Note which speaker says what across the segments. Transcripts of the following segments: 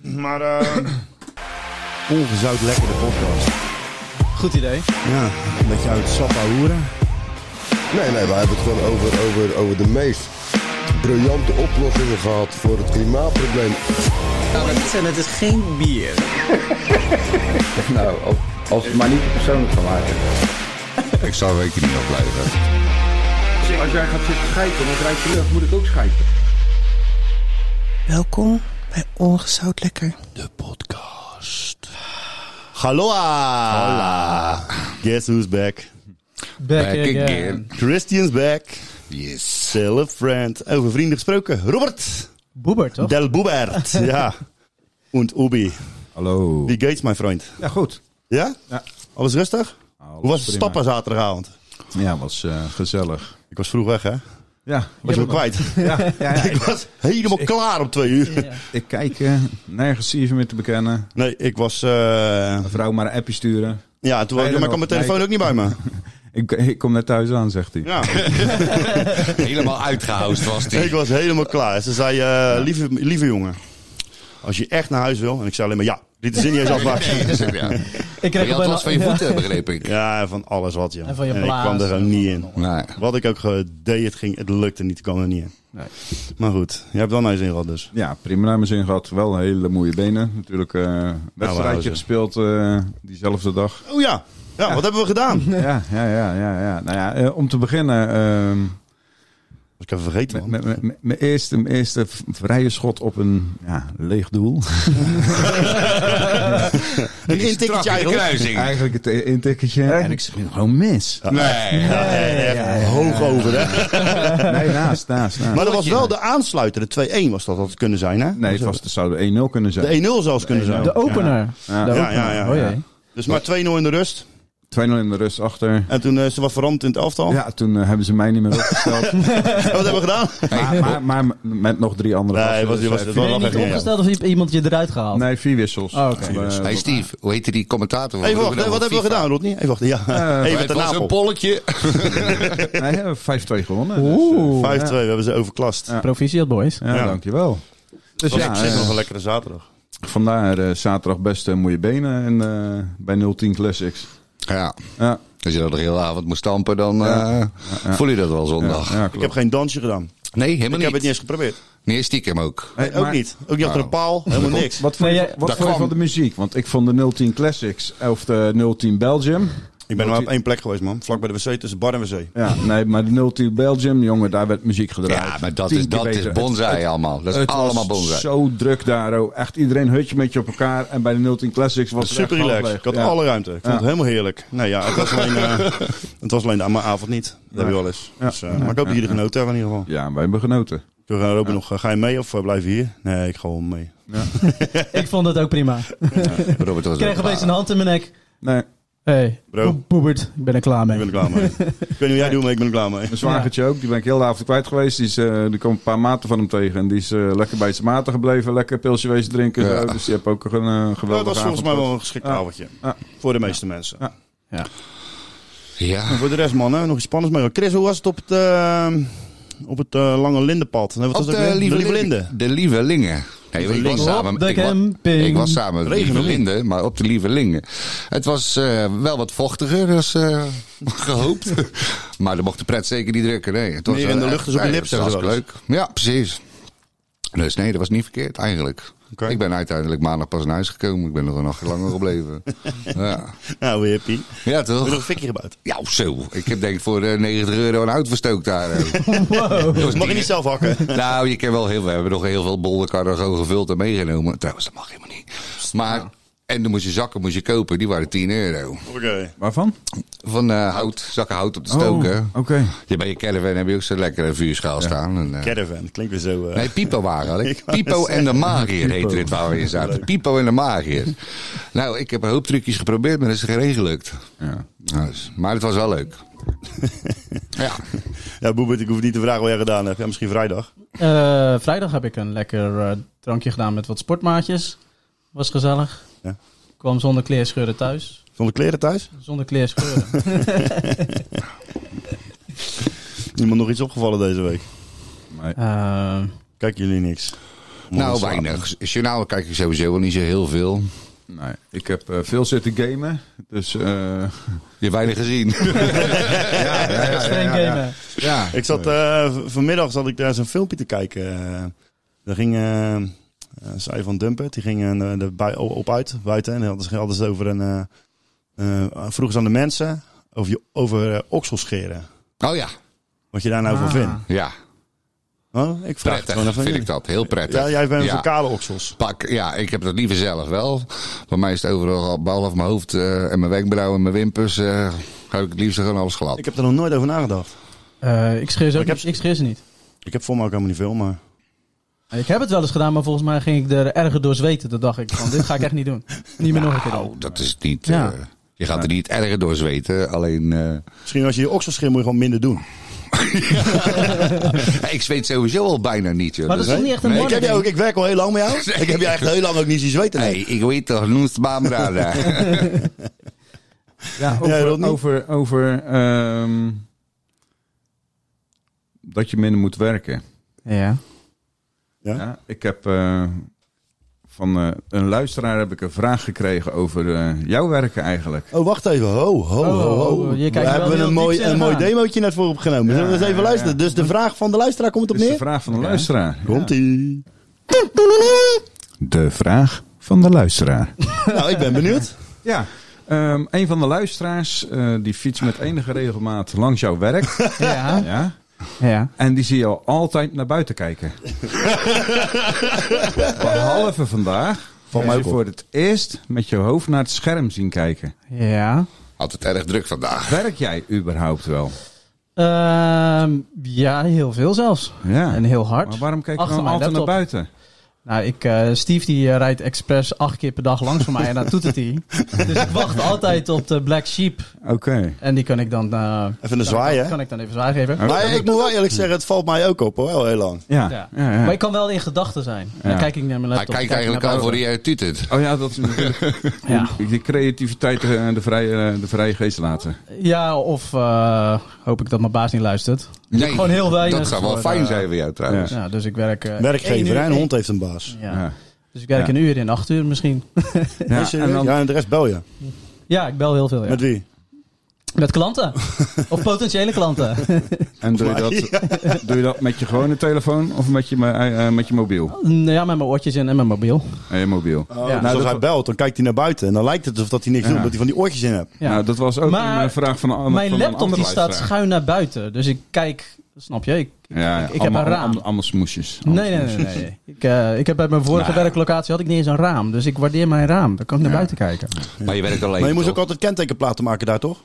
Speaker 1: Maar eh,
Speaker 2: Ongezout lekkere podcast.
Speaker 3: Goed idee.
Speaker 2: Ja, een beetje uit Sappahoera.
Speaker 4: Nee, nee, we hebben het gewoon over, over, over de meest briljante oplossingen gehad voor het klimaatprobleem.
Speaker 3: En het is dus geen bier.
Speaker 5: Nou, als, als het maar niet te persoonlijk van maken.
Speaker 6: Ik zou weken niet afblijven.
Speaker 5: Als jij gaat zitten schijten, dan rijdt je lucht, moet ik ook schijten.
Speaker 7: Welkom bij Ongezout Lekker.
Speaker 2: Halloa! Guess who's back?
Speaker 3: Back,
Speaker 6: Back
Speaker 3: again.
Speaker 6: again.
Speaker 2: Christian's back.
Speaker 6: Yes.
Speaker 2: Still a friend. Over vrienden gesproken. Robert
Speaker 3: Boeber, toch?
Speaker 2: Del Boebert. ja. Und Ubi.
Speaker 6: Hallo.
Speaker 2: Wie geht's, mijn vriend?
Speaker 6: Ja, goed.
Speaker 2: Ja?
Speaker 6: Ja.
Speaker 2: Alles rustig?
Speaker 6: Alles
Speaker 2: Hoe was het
Speaker 6: prima.
Speaker 2: stappen zaterdagavond?
Speaker 6: Ja, was eh, gezellig.
Speaker 2: Ik was vroeg weg, hè?
Speaker 6: Ja,
Speaker 2: Was wel kwijt.
Speaker 6: Ja, ja, ja,
Speaker 2: ik
Speaker 6: ik,
Speaker 2: was helemaal klaar om twee uur.
Speaker 6: ik kijk eh, nergens even meer te bekennen.
Speaker 2: Nee, ik was... eh,
Speaker 6: Een vrouw maar een appje sturen.
Speaker 2: Ja, toen was,
Speaker 6: Ga je
Speaker 2: maar
Speaker 6: er
Speaker 2: kwam
Speaker 6: nog?
Speaker 2: mijn telefoon
Speaker 6: Nee.
Speaker 2: ook niet bij me.
Speaker 6: Ik, ik kom net thuis aan, zegt hij.
Speaker 2: Ja.
Speaker 6: Helemaal
Speaker 5: Uitgehoust was die.
Speaker 2: Ik was helemaal klaar. Ze zei, eh, lieve, lieve jongen, als je echt naar huis wil... En ik zei alleen maar ja, dit is in niet eens afwachten.
Speaker 5: Nee, dat is ook, ja.
Speaker 3: Ik
Speaker 5: Maar je
Speaker 3: er
Speaker 5: had
Speaker 3: bijna-
Speaker 5: last van je
Speaker 3: Ja.
Speaker 5: voeten, eh, begreep ik.
Speaker 2: Ja, van alles wat, ja.
Speaker 3: En van je
Speaker 2: ik
Speaker 3: blaas.
Speaker 2: kwam er gewoon niet in.
Speaker 6: Nou,
Speaker 5: Nee.
Speaker 2: Wat ik ook eh, deed, het, ging, het lukte niet, ik kwam er niet in.
Speaker 6: Nee.
Speaker 2: Maar goed, jij hebt wel naar je zin gehad dus.
Speaker 6: Ja, prima naar mijn zin gehad. Wel hele mooie benen. Natuurlijk eh
Speaker 2: houden
Speaker 6: wedstrijdje
Speaker 2: ze.
Speaker 6: gespeeld eh, diezelfde dag.
Speaker 2: Oh ja, ja, wat hebben we gedaan? Dat
Speaker 6: Ja, ja, ja, ja. ja. Nou ja, eh, om te beginnen... ehm,
Speaker 2: was ik even vergeten,
Speaker 6: Met-
Speaker 2: man.
Speaker 6: met- met- met- Mijn eerste, mijn eerste v- vrije schot op een ja, leeg doel.
Speaker 2: Een intikketje
Speaker 5: Trak in de
Speaker 2: eigenlijk.
Speaker 5: kruising.
Speaker 6: Eigenlijk het e- intikketje. En ik schiet hem gewoon mis.
Speaker 5: Nee.
Speaker 2: Ja, echt hoog over, hè.
Speaker 6: Nee, naast, naast, naast.
Speaker 2: Maar dat was wel de aansluiter, de 2-1 was dat, dat het kunnen zijn, hè?
Speaker 6: Nee, het, was, het zou de 1-0 kunnen zijn. 2-0
Speaker 2: De 1-0 zelfs kunnen zijn.
Speaker 3: De opener.
Speaker 6: Ja.
Speaker 3: De
Speaker 2: Ja,
Speaker 3: opener.
Speaker 2: ja, ja,
Speaker 3: Oh,
Speaker 2: ja.
Speaker 3: jee.
Speaker 2: Dus maar 2-0 in de rust.
Speaker 6: in de rust achter.
Speaker 2: En toen eh, is er wat veranderd in het elftal.
Speaker 6: Ja, toen eh, hebben ze mij niet meer opgesteld.
Speaker 2: En Wat hebben we gedaan?
Speaker 6: maar, maar, maar met nog drie andere
Speaker 2: Nee,
Speaker 6: gasten.
Speaker 2: was-
Speaker 6: Dus,
Speaker 2: was-
Speaker 6: eh,
Speaker 3: Ben
Speaker 2: was-
Speaker 6: vier-
Speaker 3: je
Speaker 2: Wel
Speaker 3: niet
Speaker 2: even-
Speaker 3: opgesteld of heeft iemand je eruit gehaald?
Speaker 6: Nee, vier wissels.
Speaker 3: Oh, oké.
Speaker 6: Eh,
Speaker 5: Hey Steve, hoe heette die commentator van
Speaker 2: Even wachten,
Speaker 5: vroeger nog
Speaker 2: wat hebben we
Speaker 5: FIFA?
Speaker 2: gedaan, Rodney? Even wachten, ja. Even
Speaker 5: Het
Speaker 2: ten
Speaker 5: was een
Speaker 2: Napel. 5-2,
Speaker 5: polletje.
Speaker 6: nee, we hebben 5-2 gewonnen.
Speaker 3: Oeh.
Speaker 2: we hebben ze overklast.
Speaker 6: Ja.
Speaker 3: Proficiat, boys.
Speaker 6: Dus, eh, ja,
Speaker 2: Ja.
Speaker 6: dankjewel. Dus
Speaker 2: Dat was
Speaker 6: ja,
Speaker 2: op zich
Speaker 6: eh,
Speaker 2: nog een lekkere zaterdag.
Speaker 6: vandaar eh, zaterdag best eh, mooie benen en, eh, bij 010 Classics.
Speaker 5: Ja.
Speaker 6: Ja,
Speaker 5: Als je dat de hele avond moest stampen, dan eh voel je dat wel zondag.
Speaker 6: ja,
Speaker 2: Ik
Speaker 6: klopt.
Speaker 2: heb geen dansje gedaan.
Speaker 5: Nee, helemaal
Speaker 2: Ik heb het
Speaker 5: niet.
Speaker 2: niet eens geprobeerd.
Speaker 5: Nee, stiekem ook.
Speaker 6: Hey,
Speaker 2: ook
Speaker 6: maar- Oh.
Speaker 2: niet. Ook niet achter een paal. Helemaal niks.
Speaker 6: Wat vond
Speaker 3: Nee,
Speaker 6: je,
Speaker 3: jij-
Speaker 6: wat
Speaker 5: Dat
Speaker 6: vond je
Speaker 5: kwam.
Speaker 6: van de muziek? Want ik vond de 010 Classics of de 010 Belgium.
Speaker 2: Ik ben maar op één plek geweest, man. Vlak bij de wc, tussen bar en wc.
Speaker 6: Ja, nee, maar de 010 Belgium, jongen, daar werd muziek gedraaid.
Speaker 5: Ja, maar dat
Speaker 6: Tien
Speaker 5: is,
Speaker 6: keer
Speaker 5: dat is
Speaker 6: beter.
Speaker 5: bonsai allemaal. Dat is
Speaker 6: Het was
Speaker 5: allemaal bonsai.
Speaker 6: zo druk daar, oh. echt iedereen hutje met je op elkaar. En bij de 010 Classics was het
Speaker 2: Super
Speaker 6: echt
Speaker 2: relaxed.
Speaker 6: halfleeg.
Speaker 2: Ik had
Speaker 6: Ja.
Speaker 2: alle ruimte. Ik vond het
Speaker 6: Ja.
Speaker 2: helemaal heerlijk. Nee, ja, het was alleen, eh, het was alleen aan mijn avond niet. Dat heb je wel eens. Dus, eh, maar ik hoop dat jullie genoten hebben in ieder geval.
Speaker 6: Ja, wij hebben genoten.
Speaker 2: Toen gaan Robin nog, eh, ga je mee of eh, blijf je hier? Nee, ik ga wel mee.
Speaker 3: Ik vond het ook prima. Ik
Speaker 5: Robert was
Speaker 3: kreeg
Speaker 5: ook
Speaker 3: opeens een
Speaker 5: klaar.
Speaker 3: hand in mijn nek.
Speaker 6: Nee,
Speaker 3: Hey,
Speaker 2: Bro.
Speaker 3: Bo- Boebert, ik ben er klaar
Speaker 2: Ik
Speaker 3: mee.
Speaker 2: ben er klaar mee. ik weet niet hoe jij doet, maar ik ben er klaar mee.
Speaker 6: mijn zwagertje ook, die ben ik heel de avond kwijt geweest. Die, is, eh, er kwam een paar maten van hem tegen. En die is eh, lekker bij zijn maten gebleven, lekker pilsje wezen drinken.
Speaker 5: Ja.
Speaker 6: zo. Dus die heb ook een eh, geweldige
Speaker 2: Nou, dat was volgens
Speaker 6: avond
Speaker 2: mij
Speaker 6: gehad.
Speaker 2: wel een geschikt
Speaker 6: Ja.
Speaker 2: avondje.
Speaker 6: Ja.
Speaker 2: Voor de meeste mensen.
Speaker 6: Ja.
Speaker 2: En
Speaker 5: Ja.
Speaker 2: voor de rest, man, hè, nog iets spannends mee. Chris, hoe was het op het, eh, op het eh, Lange Lindenpad? Nee, wat was
Speaker 5: Op
Speaker 2: het ook
Speaker 5: de
Speaker 2: weer?
Speaker 5: Lieve,
Speaker 2: de Lieve
Speaker 5: Linde.
Speaker 2: Linden.
Speaker 5: De Lieve Lingen. Nee,
Speaker 2: Lieve
Speaker 5: ik, was
Speaker 2: Lingen.
Speaker 5: samen,
Speaker 3: Op de
Speaker 5: ik, wa-
Speaker 3: camping.
Speaker 5: ik was samen met de
Speaker 2: Regen
Speaker 5: Lieve
Speaker 2: of niet?
Speaker 5: Linde, maar op de Lieve Lingen. Het was eh, wel wat vochtiger dan eh, gehoopt. maar dan mocht de pret zeker niet drukken. Nee, het was
Speaker 2: Meer in de
Speaker 5: eh,
Speaker 2: lucht is op je
Speaker 5: nee,
Speaker 2: lip,
Speaker 5: het was
Speaker 2: zeggen ze
Speaker 5: hartstikke leuk. Ja, precies. Dus nee, dat was niet verkeerd eigenlijk.
Speaker 2: Oké.
Speaker 5: Ik ben uiteindelijk maandag pas naar huis gekomen. Ik ben nog een nachtje langer gebleven. ja.
Speaker 2: Nou, weer hippie.
Speaker 5: ja,
Speaker 2: Heb je nog
Speaker 5: toch?
Speaker 2: een fikje gebouwd?
Speaker 5: Ja, zo. Ik heb denk ik voor eh, 90 euro een hout verstookt daar. eh. Dat was
Speaker 2: Mag je
Speaker 5: niet-
Speaker 2: niet zelf hakken?
Speaker 5: nou, je kan wel heel veel. We hebben nog heel veel bollenkarren zo gevuld en meegenomen. Trouwens, dat mag helemaal niet. Maar, en dan moest je zakken moest je kopen. Die waren 10 euro.
Speaker 2: Oké.
Speaker 6: Waarvan?
Speaker 5: Van eh, hout, zakken hout op te stoken.
Speaker 6: Oh, Oké.
Speaker 5: Je bij je caravan heb je ook zo'n lekkere vuurschaal staan. En, eh,
Speaker 2: Caravan, klinkt weer zo... eh,
Speaker 5: Nee, Pipo waren had ik.
Speaker 2: Ik wou
Speaker 5: Pipo
Speaker 2: net
Speaker 5: en de Magier heette
Speaker 6: Pipo.
Speaker 5: dit waar we in zaten. Pipo en de Magier. Nou, ik heb een hoop trucjes geprobeerd, maar dat is geen gelukt.
Speaker 6: Ja.
Speaker 5: Dus, maar het was wel leuk. ja,
Speaker 2: Ja, Boebert, ik hoef niet te vragen wat jij gedaan hebt. Ja, misschien vrijdag.
Speaker 3: Eh, vrijdag heb ik een lekker eh, drankje gedaan met wat sportmaatjes. Was gezellig.
Speaker 2: Ja.
Speaker 3: Kwam zonder kleerscheuren thuis.
Speaker 2: Zonder kleren thuis?
Speaker 3: Zonder kleerscheuren.
Speaker 2: Iemand nog iets opgevallen deze week?
Speaker 3: Eh,
Speaker 2: Kijken jullie niks?
Speaker 5: Nou, weinig. Journaal kijk ik sowieso wel niet zo heel veel.
Speaker 6: Nee, ik heb eh, veel zitten gamen. Dus eh,
Speaker 5: Je hebt weinig gezien.
Speaker 3: Extreme gamen.
Speaker 5: ja.
Speaker 2: Ik zat, eh, v- vanmiddag zat ik daar zo'n filmpje te kijken. eh. daar ging eh eh, Sai van Dumpert, die ging eh, er bui- op uit, buiten. En hadden ze hadden ze het over een... eh eh, vroegen ze aan de mensen over, je, over eh, okselscheren.
Speaker 5: Oh ja,
Speaker 2: Wat je daar nou
Speaker 3: Ah.
Speaker 2: van vindt.
Speaker 5: ja.
Speaker 2: Huh? Ik vraag het
Speaker 5: Prettig
Speaker 2: gewoon even aan
Speaker 5: vind
Speaker 2: jullie.
Speaker 5: ik dat. Heel prettig.
Speaker 2: Ja, jij bent
Speaker 5: Ja.
Speaker 2: voor kale oksels.
Speaker 5: Pak, ja, ik heb dat liever zelf wel. Bij mij is het overal, al- behalve mijn hoofd eh, en mijn wenkbrauwen en mijn wimpers, eh hou ik het liefst gewoon alles glad.
Speaker 2: Ik heb er nog nooit over nagedacht.
Speaker 3: Eh, ik scheer ze ook
Speaker 2: Ik heb-
Speaker 3: niet- ik scheer ze niet.
Speaker 2: Ik heb voor mij ook helemaal niet veel, maar...
Speaker 3: Ik heb het wel eens gedaan, maar volgens mij ging ik er erger door zweten. Toen dacht ik van, dit ga ik echt niet doen. Niet meer nog een keer
Speaker 5: Nou,
Speaker 3: doen.
Speaker 5: dat is niet...
Speaker 3: Ja.
Speaker 5: eh, je gaat er niet erger door zweten, alleen... eh,
Speaker 2: Misschien als je je okselscheer moet je gewoon minder doen.
Speaker 5: ik zweet sowieso al bijna niet, joh.
Speaker 3: Maar dat is toch niet echt een
Speaker 2: ik, heb
Speaker 3: mannen
Speaker 2: jou ook, ik werk al heel lang met jou. Ik heb je echt heel lang ook niet zien zweten. nee.
Speaker 5: Nee, Dus, ik weet toch, noest Bambrada.
Speaker 6: ja,
Speaker 2: Ja, dat
Speaker 6: over,
Speaker 2: niet.
Speaker 6: over, over ehm, dat je minder moet werken.
Speaker 3: Ja.
Speaker 2: Ja?
Speaker 6: Ja, ik heb eh, van eh, een luisteraar heb ik een vraag gekregen over eh, jouw werken eigenlijk.
Speaker 2: Oh, wacht even. Ho, ho,
Speaker 3: Oh,
Speaker 2: ho,
Speaker 3: oh,
Speaker 2: ho.
Speaker 3: oh, je kijkt
Speaker 2: Daar
Speaker 3: wel
Speaker 2: hebben we
Speaker 3: heel
Speaker 2: een mooi,
Speaker 3: diep in
Speaker 2: een
Speaker 3: de
Speaker 2: mooi
Speaker 3: gaan.
Speaker 2: demootje net voor opgenomen. Zullen we eens
Speaker 6: Ja, ja,
Speaker 2: even luisteren? Dus de vraag van de luisteraar komt op
Speaker 6: Dat is de
Speaker 2: neer?
Speaker 6: vraag van de luisteraar. Ja.
Speaker 2: Komt-ie.
Speaker 6: De vraag van de luisteraar.
Speaker 2: Nou, ik ben benieuwd.
Speaker 6: Ja. ehm, een van de luisteraars eh, die fietst met enige regelmaat langs jouw werk.
Speaker 3: Ja.
Speaker 6: ja.
Speaker 3: ja.
Speaker 6: En die zie je al altijd naar buiten kijken. Behalve vandaag. Van mij voor het eerst met je hoofd naar het scherm zien kijken.
Speaker 3: Ja.
Speaker 5: Had het erg druk vandaag.
Speaker 6: Werk jij überhaupt wel?
Speaker 3: Ehm, ja, heel veel zelfs.
Speaker 6: Ja.
Speaker 3: En heel hard.
Speaker 6: Maar waarom kijk je
Speaker 3: Achter
Speaker 6: dan
Speaker 3: mijn
Speaker 6: altijd naar
Speaker 3: laptop.
Speaker 6: buiten?
Speaker 3: Nou, ik, eh, Steve die eh, rijdt expres acht keer per dag langs voor mij en dat doet het hij. Dus ik wacht altijd op de Black Sheep.
Speaker 6: Oké.
Speaker 3: En die kan ik dan... eh,
Speaker 2: Even een zwaai, hè?
Speaker 3: kan ik dan even zwaar geven.
Speaker 6: Oké.
Speaker 2: Maar ik moet wel eerlijk zeggen, het valt mij ook op. hoor, Wel heel lang.
Speaker 6: Ja.
Speaker 3: Ja.
Speaker 6: Ja. ja.
Speaker 3: Maar ik kan wel in gedachten zijn. Dan
Speaker 6: Ja.
Speaker 3: kijk ik naar mijn
Speaker 5: Hij
Speaker 3: laptop.
Speaker 5: kijkt
Speaker 3: kijk ik
Speaker 5: eigenlijk
Speaker 3: naar
Speaker 5: al voor
Speaker 3: boven.
Speaker 5: die eh, tutut.
Speaker 6: Oh ja, dat is natuurlijk
Speaker 3: Ja.
Speaker 6: de creativiteit eh, de vrije, de vrije geest laten.
Speaker 3: Ja, of eh, hoop ik dat mijn baas niet luistert.
Speaker 5: Nee,
Speaker 3: gewoon heel weinig
Speaker 5: dat zou wel
Speaker 3: voor,
Speaker 5: fijn
Speaker 3: eh,
Speaker 5: zijn voor jou trouwens.
Speaker 3: Ja, dus ik werk... eh, één
Speaker 2: Werkgever
Speaker 3: uur-
Speaker 2: hè? een hond heeft een baas.
Speaker 3: Ja.
Speaker 6: Ja.
Speaker 3: Dus ik werk
Speaker 6: Ja.
Speaker 3: een uur in, acht uur misschien.
Speaker 2: Ja,
Speaker 6: Ja, en dan-
Speaker 2: ja, en de rest bel je.
Speaker 3: Ja, ik bel heel veel. Ja.
Speaker 2: Met
Speaker 3: Met,
Speaker 2: wie?
Speaker 3: klanten. of potentiële klanten.
Speaker 6: En doe je, dat, doe je dat met je gewone telefoon of met je, mo- eh, eh, met je mobiel?
Speaker 3: Nou ja, met mijn oortjes in en mijn mobiel.
Speaker 6: Eh, je mobiel.
Speaker 2: Oh,
Speaker 3: Ja.
Speaker 2: dus als hij belt, dan kijkt hij naar buiten. En dan lijkt het alsof dat hij niks
Speaker 6: Ja.
Speaker 2: doet, omdat hij van die oortjes in hebt.
Speaker 3: Ja.
Speaker 6: Nou, dat was ook
Speaker 3: Maar
Speaker 6: een eh, vraag van een ander
Speaker 3: mijn
Speaker 6: van een
Speaker 3: laptop
Speaker 6: andere
Speaker 3: die staat
Speaker 6: luisteraar.
Speaker 3: schuin naar buiten. Dus ik kijk, snap je? Ik,
Speaker 6: Ja, ja,
Speaker 3: ik, ik heb
Speaker 6: allemaal-
Speaker 3: een raam.
Speaker 6: Allemaal, allemaal smoesjes. Allemaal
Speaker 3: Nee, nee, nee.
Speaker 6: smoesjes.
Speaker 3: nee, nee. Ik, eh, ik heb bij mijn vorige
Speaker 6: Nou.
Speaker 3: werklocatie had ik niet eens een raam. Dus ik waardeer mijn raam. Dan kan ik naar buiten kijken.
Speaker 5: Maar je werkt alleen.
Speaker 2: Maar je moest ook
Speaker 5: toch?
Speaker 2: altijd kentekenplaten maken daar, toch?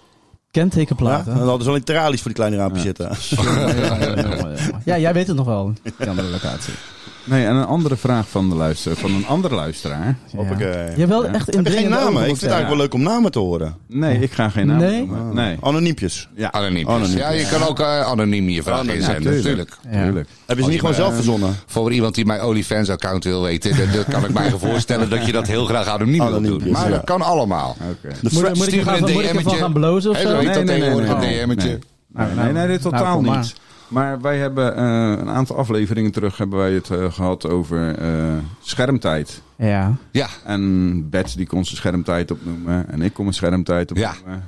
Speaker 2: Ja?
Speaker 3: Kentekenplaten.
Speaker 2: Dan hadden ze alleen tralies voor die kleine raampjes zitten.
Speaker 3: Jongen, jongen, jongen, jongen. Ja, jij weet het nog wel. Die andere locatie.
Speaker 6: Nee, en een andere vraag van, de luister, van een andere luisteraar.
Speaker 3: Ja.
Speaker 2: Hoppakee.
Speaker 3: Je hebt wel echt in
Speaker 2: Heb je geen namen? Ik vind het eigenlijk wel leuk om namen te horen.
Speaker 6: Nee, ik ga geen naam
Speaker 3: Nee?
Speaker 6: noemen. Nee.
Speaker 2: Oh. Anoniempjes.
Speaker 6: Ja,
Speaker 5: Anoniem. Ja, je kan ook eh, anoniem je vraag inzenden,
Speaker 6: tuurlijk.
Speaker 5: natuurlijk.
Speaker 6: natuurlijk.
Speaker 2: Heb je ze niet gewoon zelf verzonnen?
Speaker 5: Voor iemand die mijn OnlyFans-account wil weten, dat, dat kan ik mij voorstellen dat je dat heel graag anoniem wil
Speaker 2: Anoniem,
Speaker 5: doen. Maar
Speaker 2: ja.
Speaker 5: dat kan allemaal.
Speaker 6: Oké.
Speaker 2: De
Speaker 3: Moet,
Speaker 2: Fred-
Speaker 3: moet ik
Speaker 5: Stuur me
Speaker 3: ervan
Speaker 5: een
Speaker 3: moet ik ervan
Speaker 5: DM'tje.
Speaker 3: gaan blozen of
Speaker 5: Hey, zo
Speaker 3: zo?
Speaker 5: heet
Speaker 6: Nee,
Speaker 5: dat
Speaker 6: nee,
Speaker 5: tegenwoordig,
Speaker 6: nee, nee.
Speaker 5: een DM'tje.
Speaker 6: Nee,
Speaker 3: nou,
Speaker 6: nee, nee, dit
Speaker 3: nou,
Speaker 6: totaal
Speaker 3: kom maar.
Speaker 6: niet. Maar wij hebben eh, een aantal afleveringen terug hebben wij het eh, gehad over eh, schermtijd.
Speaker 3: Ja.
Speaker 5: Ja,
Speaker 6: En Bert die kon zijn schermtijd opnoemen. En ik kon mijn schermtijd opnoemen.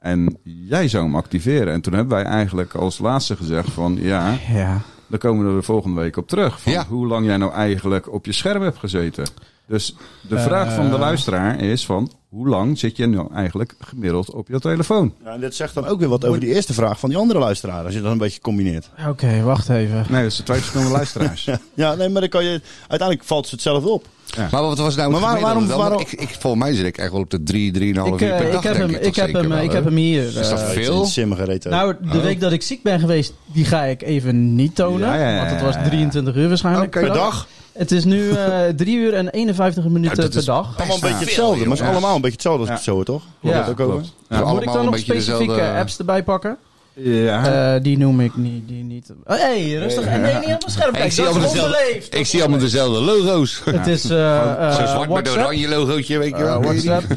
Speaker 6: En jij zou hem activeren. En toen hebben wij eigenlijk als laatste gezegd van... Ja,
Speaker 3: Ja.
Speaker 6: daar komen we er volgende week op terug. Van
Speaker 5: Ja.
Speaker 6: hoe lang jij nou eigenlijk op je scherm hebt gezeten. Dus de
Speaker 3: Eh.
Speaker 6: vraag van de luisteraar is van... Hoe lang zit je nou eigenlijk gemiddeld op je telefoon?
Speaker 2: Ja, en dit zegt dan ook weer wat over die eerste vraag van die andere luisteraar. Als je dat een beetje combineert.
Speaker 3: Oké, wacht even.
Speaker 6: Nee, dat is de twee verschillende luisteraars.
Speaker 2: Ja, nee, maar dan kan je... Uiteindelijk valt ze het zelf op.
Speaker 5: maar wat was nou het
Speaker 2: Maar waar-
Speaker 5: gemiddelde
Speaker 2: waarom-
Speaker 5: dan?
Speaker 2: waarom-
Speaker 5: Ik, ik, volgens mij zit ik echt wel op de drie, drieënhalf uur
Speaker 3: Ik, eh,
Speaker 5: per dag,
Speaker 3: ik heb
Speaker 5: denk
Speaker 3: hem,
Speaker 5: ik, toch
Speaker 3: ik heb
Speaker 5: zeker
Speaker 3: hem,
Speaker 5: wel,
Speaker 3: eh, ik
Speaker 5: hè?
Speaker 3: heb hem hier.
Speaker 5: Is dat
Speaker 3: eh,
Speaker 5: veel?
Speaker 2: Simme gereten.
Speaker 3: Nou, de week dat ik ziek ben geweest, die ga ik even niet tonen.
Speaker 6: Ja, ja, ja,
Speaker 3: Want het was
Speaker 6: ja, ja.
Speaker 3: 23 uur waarschijnlijk.
Speaker 5: Oké,
Speaker 2: per dag.
Speaker 3: Het is nu eh 3 uur en 51 minuten
Speaker 5: dat
Speaker 3: per
Speaker 5: is
Speaker 3: dag.
Speaker 2: Allemaal een
Speaker 5: Best
Speaker 2: beetje
Speaker 5: veel,
Speaker 2: hetzelfde. Maar het is
Speaker 5: jongens.
Speaker 2: allemaal een beetje hetzelfde als ik
Speaker 6: Ja.
Speaker 2: het zo hoor, toch?
Speaker 3: Ja,
Speaker 2: Hoor dat ook over?
Speaker 6: Klopt.
Speaker 5: Ja.
Speaker 3: Moet ik
Speaker 5: Allemaal
Speaker 3: dan
Speaker 5: een
Speaker 3: nog
Speaker 5: beetje
Speaker 3: specifieke
Speaker 5: dezelfde-
Speaker 3: apps erbij pakken?
Speaker 6: Ja.
Speaker 3: Eh, die noem ik niet. Die niet. Oh, hey, rustig. En nee, niet op mijn scherm.
Speaker 5: Hey,
Speaker 3: kijken.
Speaker 5: ik zie
Speaker 3: dat
Speaker 5: allemaal
Speaker 3: is
Speaker 5: dezelfde-
Speaker 3: onbeleefd.
Speaker 5: Ik zie allemaal dezelfde logo's.
Speaker 3: Het is eh, eh,
Speaker 5: Zo zwart met een
Speaker 3: WhatsApp,
Speaker 5: oranje logootje, weet je wel.
Speaker 3: eh,
Speaker 5: Ken je die?
Speaker 3: WhatsApp,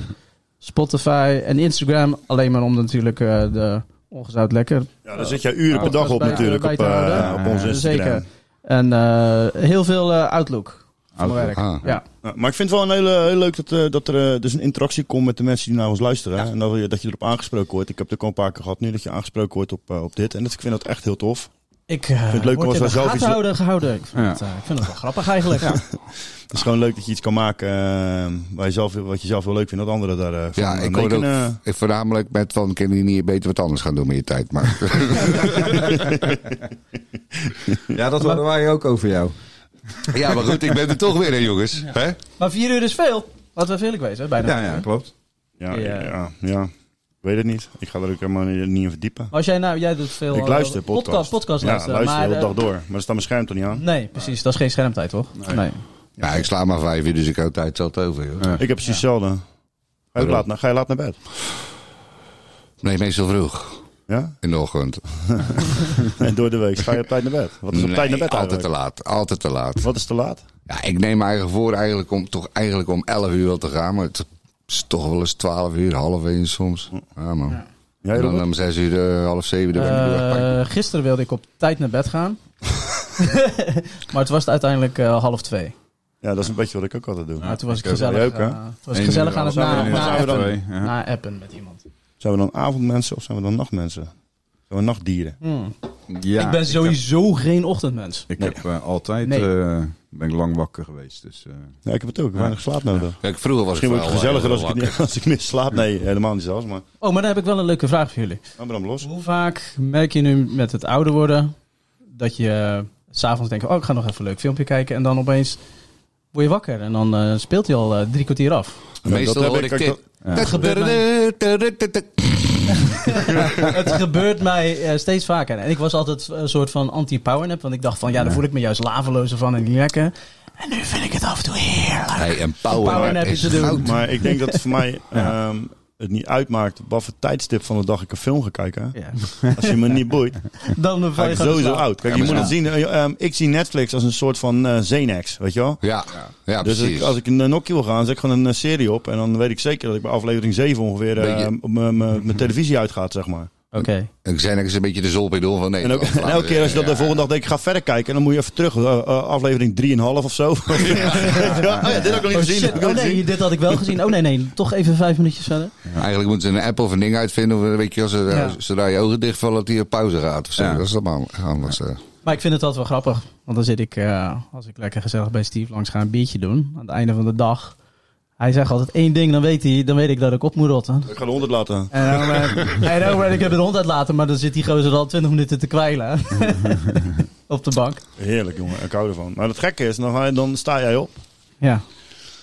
Speaker 3: Spotify en Instagram. Alleen maar om natuurlijk eh, de ongezout lekker
Speaker 2: Ja, daar zit jij uren per dag op
Speaker 3: bij-
Speaker 2: natuurlijk
Speaker 3: bij
Speaker 2: op,
Speaker 3: te
Speaker 2: eh,
Speaker 3: houden.
Speaker 2: op onze Instagram.
Speaker 3: Zeker. En eh, heel veel eh, Outlook. van mijn werk.
Speaker 5: Ah.
Speaker 3: Ja.
Speaker 2: Ja, maar ik vind het wel een hele, heel leuk dat, eh, dat er eh, dus een interactie komt met de mensen die naar ons luisteren. hè. En dat, je- dat je erop aangesproken wordt. Ik heb het ook al een paar keer gehad nu dat je aangesproken wordt op, eh, op dit. En dat, ik vind dat echt heel tof.
Speaker 3: Ik eh,
Speaker 2: het leuk
Speaker 3: word
Speaker 2: als
Speaker 3: in
Speaker 2: wij
Speaker 3: de
Speaker 2: zelf
Speaker 3: gaten
Speaker 2: iets-
Speaker 3: houden, gehouden. Ik vind,
Speaker 6: Ja.
Speaker 3: het, eh, ik vind het wel grappig eigenlijk.
Speaker 2: Het is gewoon leuk dat je iets kan maken eh, waar je zelf, wat je zelf heel leuk vindt. Dat anderen daar eh, van
Speaker 5: Ja,
Speaker 2: eh,
Speaker 5: ik
Speaker 2: mee
Speaker 5: hoorde
Speaker 2: kunnen.
Speaker 5: ook ik voornamelijk met van, kunnen jullie niet beter wat anders gaan doen met je tijd? Maar
Speaker 6: Ja, dat hadden wij ook over jou.
Speaker 5: ja, maar goed, ik ben er toch weer in, jongens. Hè?
Speaker 3: Maar vier uur is veel. Laten we eerlijk wezen, bijna.
Speaker 6: Ja, ja, klopt.
Speaker 2: Ja,
Speaker 3: Ja.
Speaker 2: ja. ja, Ik weet het niet. Ik ga er ook helemaal niet niet in verdiepen.
Speaker 3: Maar Als jij nou, jij doet veel.
Speaker 2: ik
Speaker 3: eh,
Speaker 2: luister
Speaker 3: podca-
Speaker 2: podcast.
Speaker 3: podcast, luisteren.
Speaker 2: Ja, luister
Speaker 3: maar,
Speaker 2: de hele
Speaker 3: eh,
Speaker 2: dag door. Maar er staat mijn scherm toch niet aan?
Speaker 3: Nee, precies. Dat is geen schermtijd, toch? Nee.
Speaker 5: Ja, ik sla maar vijf uur, dus ik hou tijd zat over. Joh.
Speaker 6: Ja.
Speaker 2: Ik heb precies hetzelfde. Ga je, ook
Speaker 5: Waarom?
Speaker 2: laat, naar- ga je laat naar bed?
Speaker 5: Nee, meestal vroeg
Speaker 2: Ja?
Speaker 5: in de ochtend.
Speaker 2: En door de week ga je op tijd naar bed? Wat is op
Speaker 5: Nee,
Speaker 2: tijd naar bed
Speaker 5: altijd
Speaker 2: eigenlijk?
Speaker 5: te laat. Altijd te laat.
Speaker 2: Wat is te laat?
Speaker 5: Ja, ik neem me eigenlijk voor eigenlijk om, toch eigenlijk om 11 uur wel te gaan, maar het is toch wel eens 12 uur, half 1 soms. Ja, man.
Speaker 2: Jij,
Speaker 5: En
Speaker 2: Robert?
Speaker 5: dan om 6 uur, eh, half 7 dan ben ik weer weg.
Speaker 3: Eh, gisteren wilde ik op tijd naar bed gaan. maar het was uiteindelijk eh, half twee.
Speaker 2: Ja, dat is een beetje wat ik ook altijd doe.
Speaker 3: maar toen was ik
Speaker 2: dat
Speaker 3: gezellig,
Speaker 2: jij ook, hè?
Speaker 3: eh, toen was ik gezellig aan het na,
Speaker 2: uur,
Speaker 3: na,
Speaker 2: zijn we dan-
Speaker 3: appen,
Speaker 6: Twee, ja.
Speaker 3: na appen met iemand.
Speaker 2: Zijn we dan avondmensen of zijn we dan nachtmensen? Zijn we nachtdieren?
Speaker 3: Hmm.
Speaker 6: Ja,
Speaker 3: ik ben sowieso geen ochtendmens.
Speaker 6: Ik
Speaker 2: Nee.
Speaker 6: heb eh, altijd
Speaker 3: Nee.
Speaker 6: eh, ben ik lang wakker geweest. Dus, eh,
Speaker 2: Ja, ik heb het ook. Weinig slaap nodig.
Speaker 5: Kijk, vroeger was
Speaker 2: Misschien
Speaker 5: ik
Speaker 2: wordt het eh,
Speaker 5: wel
Speaker 2: gezelliger
Speaker 5: wel
Speaker 2: als ik,
Speaker 5: wakker.
Speaker 2: niet- als ik meer slaap. Nee, helemaal niet zelfs. Maar
Speaker 3: Oh, maar dan heb ik wel een leuke vraag voor jullie.
Speaker 2: laat me dan los.
Speaker 3: Hoe vaak merk je nu met het ouder worden dat je eh, s'avonds denkt: Oh, ik ga nog even een leuk filmpje kijken. En dan opeens word je wakker en dan eh, speelt hij al eh, drie kwartier af.
Speaker 2: Ja,
Speaker 5: Meestal
Speaker 2: dat heb
Speaker 5: hoor
Speaker 2: ik
Speaker 5: ik
Speaker 2: ook
Speaker 5: dit.
Speaker 3: Het gebeurt mij, het gebeurt mij eh, steeds vaker. En ik was altijd eh, een soort van anti-powernap. Want ik dacht van, ja, daar voel ik me juist lavelozer van en niet lekker. En nu vind ik het af en toe heerlijk.
Speaker 5: Hey, een power,
Speaker 3: Power nap
Speaker 5: is
Speaker 3: te doen.
Speaker 5: goud.
Speaker 2: Maar ik denk dat het voor mij ehm, het niet uitmaakt op wat voor tijdstip van de dag ik een film ga kijken.
Speaker 3: Ja.
Speaker 2: Als je me niet boeit,
Speaker 3: Dan
Speaker 2: ga
Speaker 3: val je
Speaker 2: ik
Speaker 3: gewoon in
Speaker 2: sowieso
Speaker 3: slaap.
Speaker 2: oud. Kijk,
Speaker 5: Ja,
Speaker 2: je
Speaker 5: maar
Speaker 2: moet het
Speaker 5: ja.
Speaker 2: zien. eh, ehm, ik zie Netflix als een soort van eh Xanax, weet je wel?
Speaker 5: Ja, ja,
Speaker 2: Dus als ik,
Speaker 5: precies.
Speaker 2: als ik een eh, nokkie wil gaan, zet ik gewoon een eh, serie op. En dan weet ik zeker dat ik bij aflevering 7 ongeveer eh,
Speaker 5: Beetje-
Speaker 2: op mijn- mijn mijn televisie uitgaat, zeg maar.
Speaker 3: Oké.
Speaker 5: Ik zijn is een beetje de zolpidol van nee.
Speaker 2: En, ook, en elke keer als je dat de volgende dag denkt, ik ga verder kijken. En dan moet je even terug, eh, eh, aflevering 3,5 of zo. Ja. oh ja, dit heb ik nog niet
Speaker 3: Oh,
Speaker 2: gezien.
Speaker 3: shit.
Speaker 2: heb ik nog
Speaker 3: oh
Speaker 2: niet
Speaker 3: nee,
Speaker 2: gezien.
Speaker 3: dit had ik wel gezien. Oh nee, nee, toch even vijf minuutjes verder.
Speaker 5: Eigenlijk moeten ze een app of een ding uitvinden. of, Weet je, als ze,
Speaker 3: Ja.
Speaker 5: zodra je ogen dichtvallen, dat die op pauze gaat. Of zo.
Speaker 6: Ja.
Speaker 5: Dat is allemaal anders. eh.
Speaker 3: Maar ik vind het altijd wel grappig. Want dan zit ik, eh, als ik lekker gezellig bij Steve langs ga, een biertje doen. Aan het einde van de dag. Hij zegt altijd één ding, dan weet, hij, dan weet ik dat ik op moet rotten.
Speaker 2: Ik ga de 100 laten.
Speaker 3: En dan, eh, en dan ben ik heb de hond uitlaten, maar dan zit die gozer al 20 minuten te kwijlen. op de bank.
Speaker 2: Heerlijk, jongen. Ik hou ervan. Maar het gekke is, dan, ga je- dan sta jij op.
Speaker 3: Ja.
Speaker 2: En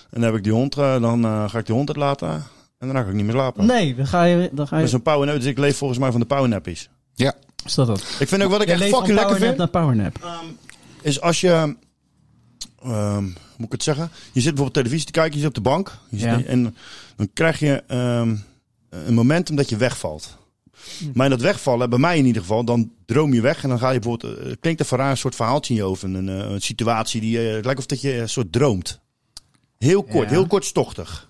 Speaker 2: dan heb ik die hond, eh, dan eh, ga ik die hond uitlaten. En daarna ga ik niet meer slapen.
Speaker 3: Nee, dan ga je... Dan ga
Speaker 2: Dat
Speaker 3: je
Speaker 2: is een powernap, dus ik leef volgens mij van de powernappies.
Speaker 5: Ja,
Speaker 3: is dat dat?
Speaker 2: Ik vind ook wat ik echt fucking lekker
Speaker 3: powernap
Speaker 2: vind,
Speaker 3: naar powernap.
Speaker 2: is als je... ehm, hoe moet ik het zeggen? Je zit bijvoorbeeld televisie te kijken, je zit op de bank. Je zit-
Speaker 3: Ja.
Speaker 2: En dan krijg je ehm, een momentum dat je wegvalt.
Speaker 3: Hm.
Speaker 2: Maar in dat wegvallen, bij mij in ieder geval, dan droom je weg. En dan ga je bijvoorbeeld, eh, het klinkt even raar, een soort verhaaltje in je hoofd. Een, eh, een situatie die, eh, het lijkt of dat je een soort droomt. Heel kort,
Speaker 3: Ja.
Speaker 2: heel kortstochtig.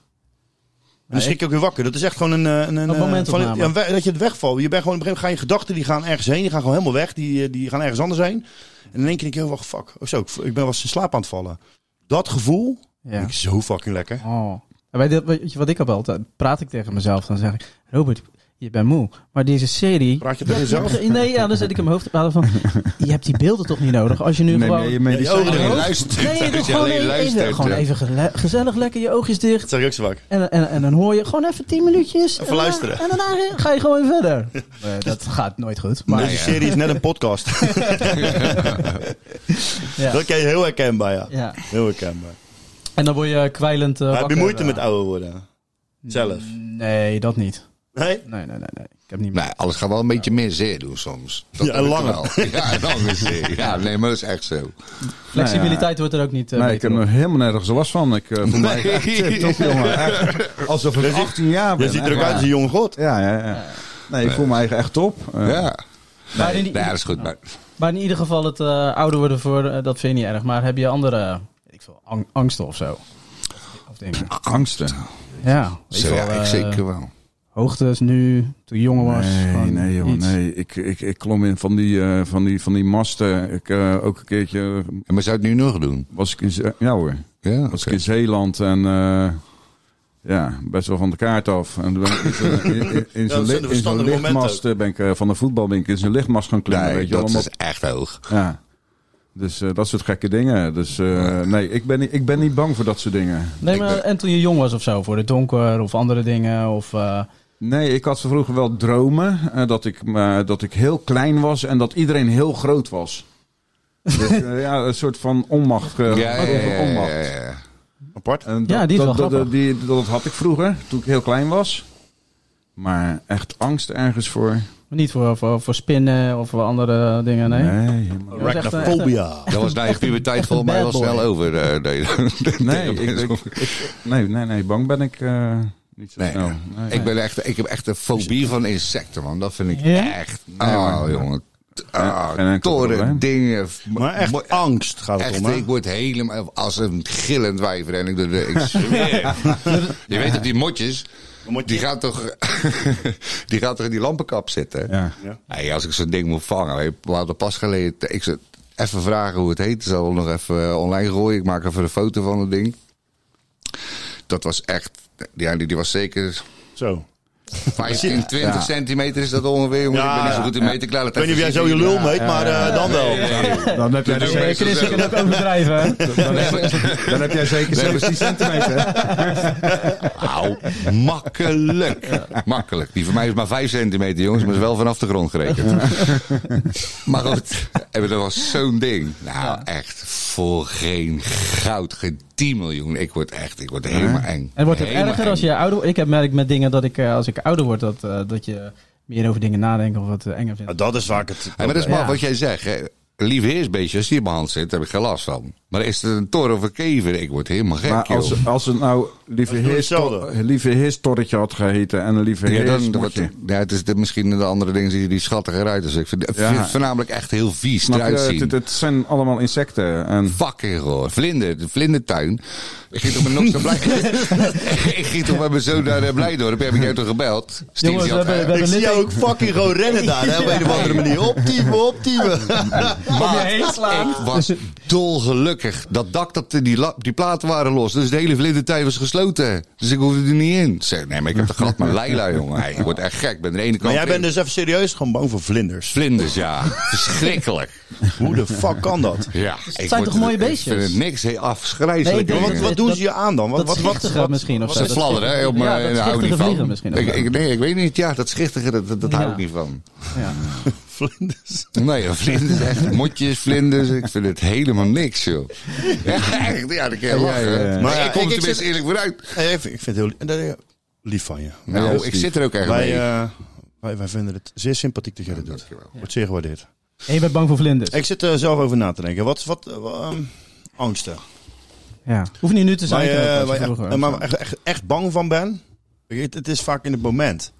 Speaker 2: En dan
Speaker 3: Ja,
Speaker 2: schrik je ook weer wakker. Dat is echt gewoon een... eh, een, een
Speaker 3: Een
Speaker 2: eh,
Speaker 3: momentopname.
Speaker 2: van- ja, we- dat je het wegvalt. Je bent gewoon, op een gegeven moment gaan je gedachten die gaan ergens heen. Die gaan gewoon helemaal weg. Die, eh, die gaan ergens anders heen. En in één keer denk je, oh, wacht, fuck. Oh, zo, ik, ik ben wel eens in slaap aan het vallen. Dat gevoel
Speaker 3: Ja.
Speaker 2: vind ik zo fucking lekker.
Speaker 3: Oh. En Weet je, weet je wat ik heb altijd? Praat ik tegen mezelf, dan zeg ik... Robert, je bent moe. Maar deze serie...
Speaker 2: Praat je tegen jezelf?
Speaker 3: Nee, ja, dan zet ik in mijn hoofd te praten van... Je hebt die beelden toch niet nodig? Als je nu
Speaker 6: neem
Speaker 3: gewoon...
Speaker 6: jij je
Speaker 2: Ja, je
Speaker 6: medicijnen?
Speaker 2: ogen
Speaker 5: Alleen
Speaker 2: dicht.
Speaker 5: luistert.
Speaker 3: Nee, je
Speaker 5: Als
Speaker 3: doet
Speaker 5: je
Speaker 3: gewoon
Speaker 5: alleen
Speaker 3: even,
Speaker 5: luistert,
Speaker 3: even- gewoon
Speaker 5: eh,
Speaker 3: even gele- gezellig lekker je oogjes dicht.
Speaker 2: Dat zeg ik ook zo vaak.
Speaker 3: En, en, en dan hoor je gewoon even 10 minuutjes. en daarna-
Speaker 2: luisteren.
Speaker 3: En daarna ga je gewoon weer verder. Nee, dat gaat nooit goed. Maar
Speaker 2: Deze serie is net een podcast.
Speaker 3: ja.
Speaker 2: Dat ken je heel herkenbaar, ja.
Speaker 3: Ja.
Speaker 2: Heel herkenbaar.
Speaker 3: En dan word je kwijlend. eh,
Speaker 2: Maar heb je
Speaker 3: wakker.
Speaker 2: moeite met ouder worden? Zelf?
Speaker 3: Nee, dat niet.
Speaker 2: Nee?
Speaker 3: Nee, nee, nee. nee. Ik heb niet meer.
Speaker 5: Nee, alles gaat wel een beetje meer zeer doen soms. Dat
Speaker 2: Ja,
Speaker 5: heb ik
Speaker 2: langer.
Speaker 5: wel. Ja, en langer zeer. Ja, nee, maar dat is echt zo.
Speaker 3: Flexibiliteit
Speaker 6: Nou
Speaker 3: wordt er ook niet. eh,
Speaker 6: Nee, ik
Speaker 3: beter
Speaker 6: heb
Speaker 3: op.
Speaker 6: er helemaal nergens last van. Ik, eh, voor mij gaat het tip top, jongen. Echt, alsof ik 18 jaar ben.
Speaker 2: Je ziet er ook
Speaker 6: echt
Speaker 2: uit als
Speaker 6: waar.
Speaker 2: een jonge god.
Speaker 6: Ja, ja, ja. Nee, ik voel me eigenlijk echt top. Eh,
Speaker 5: Ja,
Speaker 3: maar, in,
Speaker 5: nee, dat is goed. Maar,
Speaker 3: maar in ieder geval, het eh, ouder worden voor. eh, dat vind je niet erg. Maar heb je andere. weet Ik veel, ang- angsten of zo? Of dingen.
Speaker 6: Angsten.
Speaker 3: Ja. weet
Speaker 5: zo,
Speaker 3: je
Speaker 5: ja,
Speaker 3: wel,
Speaker 5: ik
Speaker 3: eh,
Speaker 5: zeker wel.
Speaker 3: Hoogtes nu, toen je jonger was.
Speaker 6: Nee,
Speaker 3: gewoon
Speaker 6: nee, joh,
Speaker 3: iets.
Speaker 6: nee. Ik, ik, ik klom in van die, eh, van die, van die masten. Ik, eh, ook een keertje
Speaker 5: En maar zou je het nu nog doen?
Speaker 6: was ik in... Z- Ja hoor.
Speaker 5: Ja? Ja,
Speaker 6: was ik
Speaker 5: oké.
Speaker 6: in Zeeland en eh, ja, best wel van de kaart af. En toen ben ik in zo'n- in- in- in zo'n
Speaker 2: dat zijn de
Speaker 6: li- in zo'n
Speaker 2: verstandige
Speaker 6: lichtmast
Speaker 2: momenten
Speaker 6: eh, ben ik eh, van de voetbalwinkel in zijn lichtmast gaan klimmen.
Speaker 5: Nee,
Speaker 6: weet je, wel,
Speaker 5: dat
Speaker 6: allemaal
Speaker 5: is echt hoog.
Speaker 6: ja. Dus eh, dat soort gekke dingen. Dus eh, nee, ik ben, niet- ik ben niet bang voor dat soort dingen.
Speaker 3: Nee,
Speaker 5: Ik
Speaker 3: maar
Speaker 5: ben-
Speaker 3: en toen je jong was of zo, voor de donker of andere dingen. Of, eh,
Speaker 6: Nee, ik had vroeger wel dromen eh, dat, ik, eh, dat ik heel klein was en dat iedereen heel groot was. Dus, eh, ja, een soort van onmacht. eh,
Speaker 5: Ja, ja,
Speaker 6: over
Speaker 5: ja, ja,
Speaker 6: onmacht.
Speaker 5: ja, ja.
Speaker 2: Apart.
Speaker 6: En
Speaker 3: Ja, die is wel
Speaker 6: dat,
Speaker 3: grappig.
Speaker 6: die- dat had ik vroeger, toen ik heel klein was. Maar echt angst ergens voor.
Speaker 3: niet voor, voor, voor spinnen of voor andere dingen, nee.
Speaker 6: helemaal niet.
Speaker 3: was echt een-
Speaker 2: Arachnophobia.
Speaker 5: Dat was na je puberteit
Speaker 3: echt een
Speaker 5: volgens mij wel
Speaker 3: bad boy.
Speaker 5: snel over. eh, nee,
Speaker 6: nee, ik, ik- ik- nee, nee, nee, bang ben ik eh, niet zo
Speaker 5: Nee.
Speaker 6: snel.
Speaker 5: ik, ben echt, ik heb echt een fobie van insecten, man. Dat vind ik
Speaker 3: Ja?
Speaker 5: echt...
Speaker 6: Ja,
Speaker 5: Ah,
Speaker 6: maar-
Speaker 5: jongen.
Speaker 6: Ja,
Speaker 5: Ah,
Speaker 6: geen enkel probleem.
Speaker 5: toren, dingen.
Speaker 2: Maar echt
Speaker 5: Mo-
Speaker 2: angst gaat het
Speaker 5: eh, Echt,
Speaker 2: om, hè?
Speaker 5: ik word helemaal als een gillend wijver. En ik doe de, ik zweer. Je weet dat die motjes,
Speaker 2: motje.
Speaker 5: die gaat toch, die gaat toch in die lampenkap zitten.
Speaker 6: Ja.
Speaker 5: Hey, als ik zo'n ding moet vangen, hey, we hadden pas geleden, ik zou even vragen hoe het heet. Zal ik nog even eh, online gooien. Ik maak even een foto van het ding. Dat was echt, ja, die, die was zeker
Speaker 2: Zo.
Speaker 5: 15, 20
Speaker 6: Ja.
Speaker 5: centimeter is dat ongeveer. jongen. ik
Speaker 2: Ja,
Speaker 5: ben niet zo
Speaker 2: ja,
Speaker 5: goed in meter klaar.
Speaker 2: Ik weet niet of jij zo je lul meet, maar eh, dan wel.
Speaker 6: Dan heb jij dus zeker,
Speaker 5: Dat doe
Speaker 3: Ja,
Speaker 5: ik
Speaker 3: Chris, ik kan ook overdrijven. hè.
Speaker 6: dan heb, dan heb jij zeker 17 centimeter.
Speaker 5: Auw, Nou, makkelijk. Makkelijk. Die van mij is maar 5 centimeter, jongens, maar is wel vanaf de grond gerekend. maar goed, en dat was zo'n ding. Nou, echt voor geen goud, geen 10 miljoen. Ik word echt, ik word helemaal eng.
Speaker 3: En wordt het
Speaker 5: Helemaal
Speaker 3: erger als
Speaker 5: eng.
Speaker 3: je ouder wordt? Ik heb merk met dingen dat ik, eh, als ik ouder word, dat, eh, dat je meer over dingen nadenkt of wat eh, enger vindt.
Speaker 2: Nou, dat is vaak het...
Speaker 5: Hé, maar dat is maar
Speaker 3: Ja.
Speaker 5: wat jij zegt. Hè. Lief heersbeestje, als die in mijn hand zit, heb ik geen last van. Maar is het een tor of een kever? Ik word helemaal gek,
Speaker 6: Maar
Speaker 5: joh.
Speaker 6: als, als het nou lieve
Speaker 2: Dat is
Speaker 6: heer,
Speaker 2: hetzelfde.
Speaker 6: lieve heer Torretje had geheten en een lieve
Speaker 5: Ja,
Speaker 6: heer
Speaker 5: dan, wat,
Speaker 6: Stortje.
Speaker 5: ja, het is de, misschien de andere dingen die, die schattiger uit. Dus ik vind ik vind
Speaker 6: Ja.
Speaker 5: het voornamelijk echt heel vies
Speaker 6: Snap je?
Speaker 5: eruit zien.
Speaker 6: Het, het- het zijn allemaal insecten. En
Speaker 5: Fucking hoor. Vlinder, de vlindertuin. Ik ging toch met nog zo blij. ik ging toch met mijn zoon naar eh, Blijdorp. Heb ik jou toch gebeld? Steve
Speaker 3: Jongens,
Speaker 5: die
Speaker 3: we hebben- we
Speaker 2: Ik
Speaker 3: hebben
Speaker 2: zie
Speaker 3: net
Speaker 2: jou ook fucking gewoon rennen daar, hè, op een of andere manier. Optieven, optieven.
Speaker 5: Maar
Speaker 3: je Dus- heen slaan.
Speaker 5: Ik was dolgelukkig. Dat dak, dat, die, la- die platen waren los. Dus de hele vlindertuin was gesloten. Dus ik hoefde er niet in. Ik Zeg, nee, maar ik heb de gat maar Leila, jongen. Hey, ik word echt gek. Ik ben de ene kant
Speaker 2: Maar jij
Speaker 5: in.
Speaker 2: bent dus even serieus gewoon bang voor vlinders.
Speaker 5: Vlinders, ja. Verschrikkelijk.
Speaker 2: Hoe de fuck kan dat?
Speaker 5: Ja. ik
Speaker 3: zijn
Speaker 5: word-
Speaker 3: toch mooie
Speaker 5: Ik
Speaker 3: beestjes?
Speaker 5: vind het niks heel
Speaker 3: Nee,
Speaker 5: afschrijzelijk.
Speaker 3: ik denk
Speaker 5: jongen.
Speaker 2: Wat, wat doen ze je aan dan? Wat,
Speaker 3: Dat
Speaker 2: wat, wat,
Speaker 3: schichtige
Speaker 2: wat-
Speaker 3: misschien of zo.
Speaker 5: Ze
Speaker 3: Dat
Speaker 5: fladderen, hè? Op,
Speaker 3: schichtige- ja,
Speaker 5: ja,
Speaker 3: dat
Speaker 5: daar hou ik niet
Speaker 3: schichtige vliegen
Speaker 5: van.
Speaker 3: misschien ook
Speaker 5: Ik,
Speaker 3: wel.
Speaker 5: ik, nee, ik weet niet. Ja, dat schichtige, dat, dat, dat hou
Speaker 3: Ja.
Speaker 5: ik niet van.
Speaker 3: Ja.
Speaker 2: vlinders?
Speaker 5: Nee, joh, vlinders, echt. Motjes, vlinders. Ik vind het helemaal niks, joh. Ja, echt, ja, dat kan je lachen.
Speaker 6: ja, ja.
Speaker 5: Maar
Speaker 2: Ja,
Speaker 5: ik kom
Speaker 2: ik-
Speaker 5: er
Speaker 2: ik
Speaker 5: tenminste
Speaker 2: zit-
Speaker 5: eerlijk vooruit.
Speaker 2: Hey, even, ik vind het heel li- eh, lief van je.
Speaker 5: Nou,
Speaker 6: dat is
Speaker 5: ik
Speaker 6: lief.
Speaker 5: zit er ook echt
Speaker 2: Wij,
Speaker 5: mee.
Speaker 2: eh, wij, wij vinden het zeer sympathiek dat jij dat doet.
Speaker 5: dankjewel.
Speaker 2: Wordt zeer gewaardeerd.
Speaker 3: En je bent bang voor vlinders.
Speaker 2: Ik zit er zelf over na te denken. Wat, wat eh, wa- ehm, angsten?
Speaker 3: Ja. Hoeft niet nu te zijn.
Speaker 2: Waar je,
Speaker 3: kan ook als je
Speaker 2: waar je
Speaker 3: vroeger
Speaker 2: echt,
Speaker 3: was.
Speaker 2: maar echt, echt, echt bang van ben. Ik- Het, het is vaak in het moment.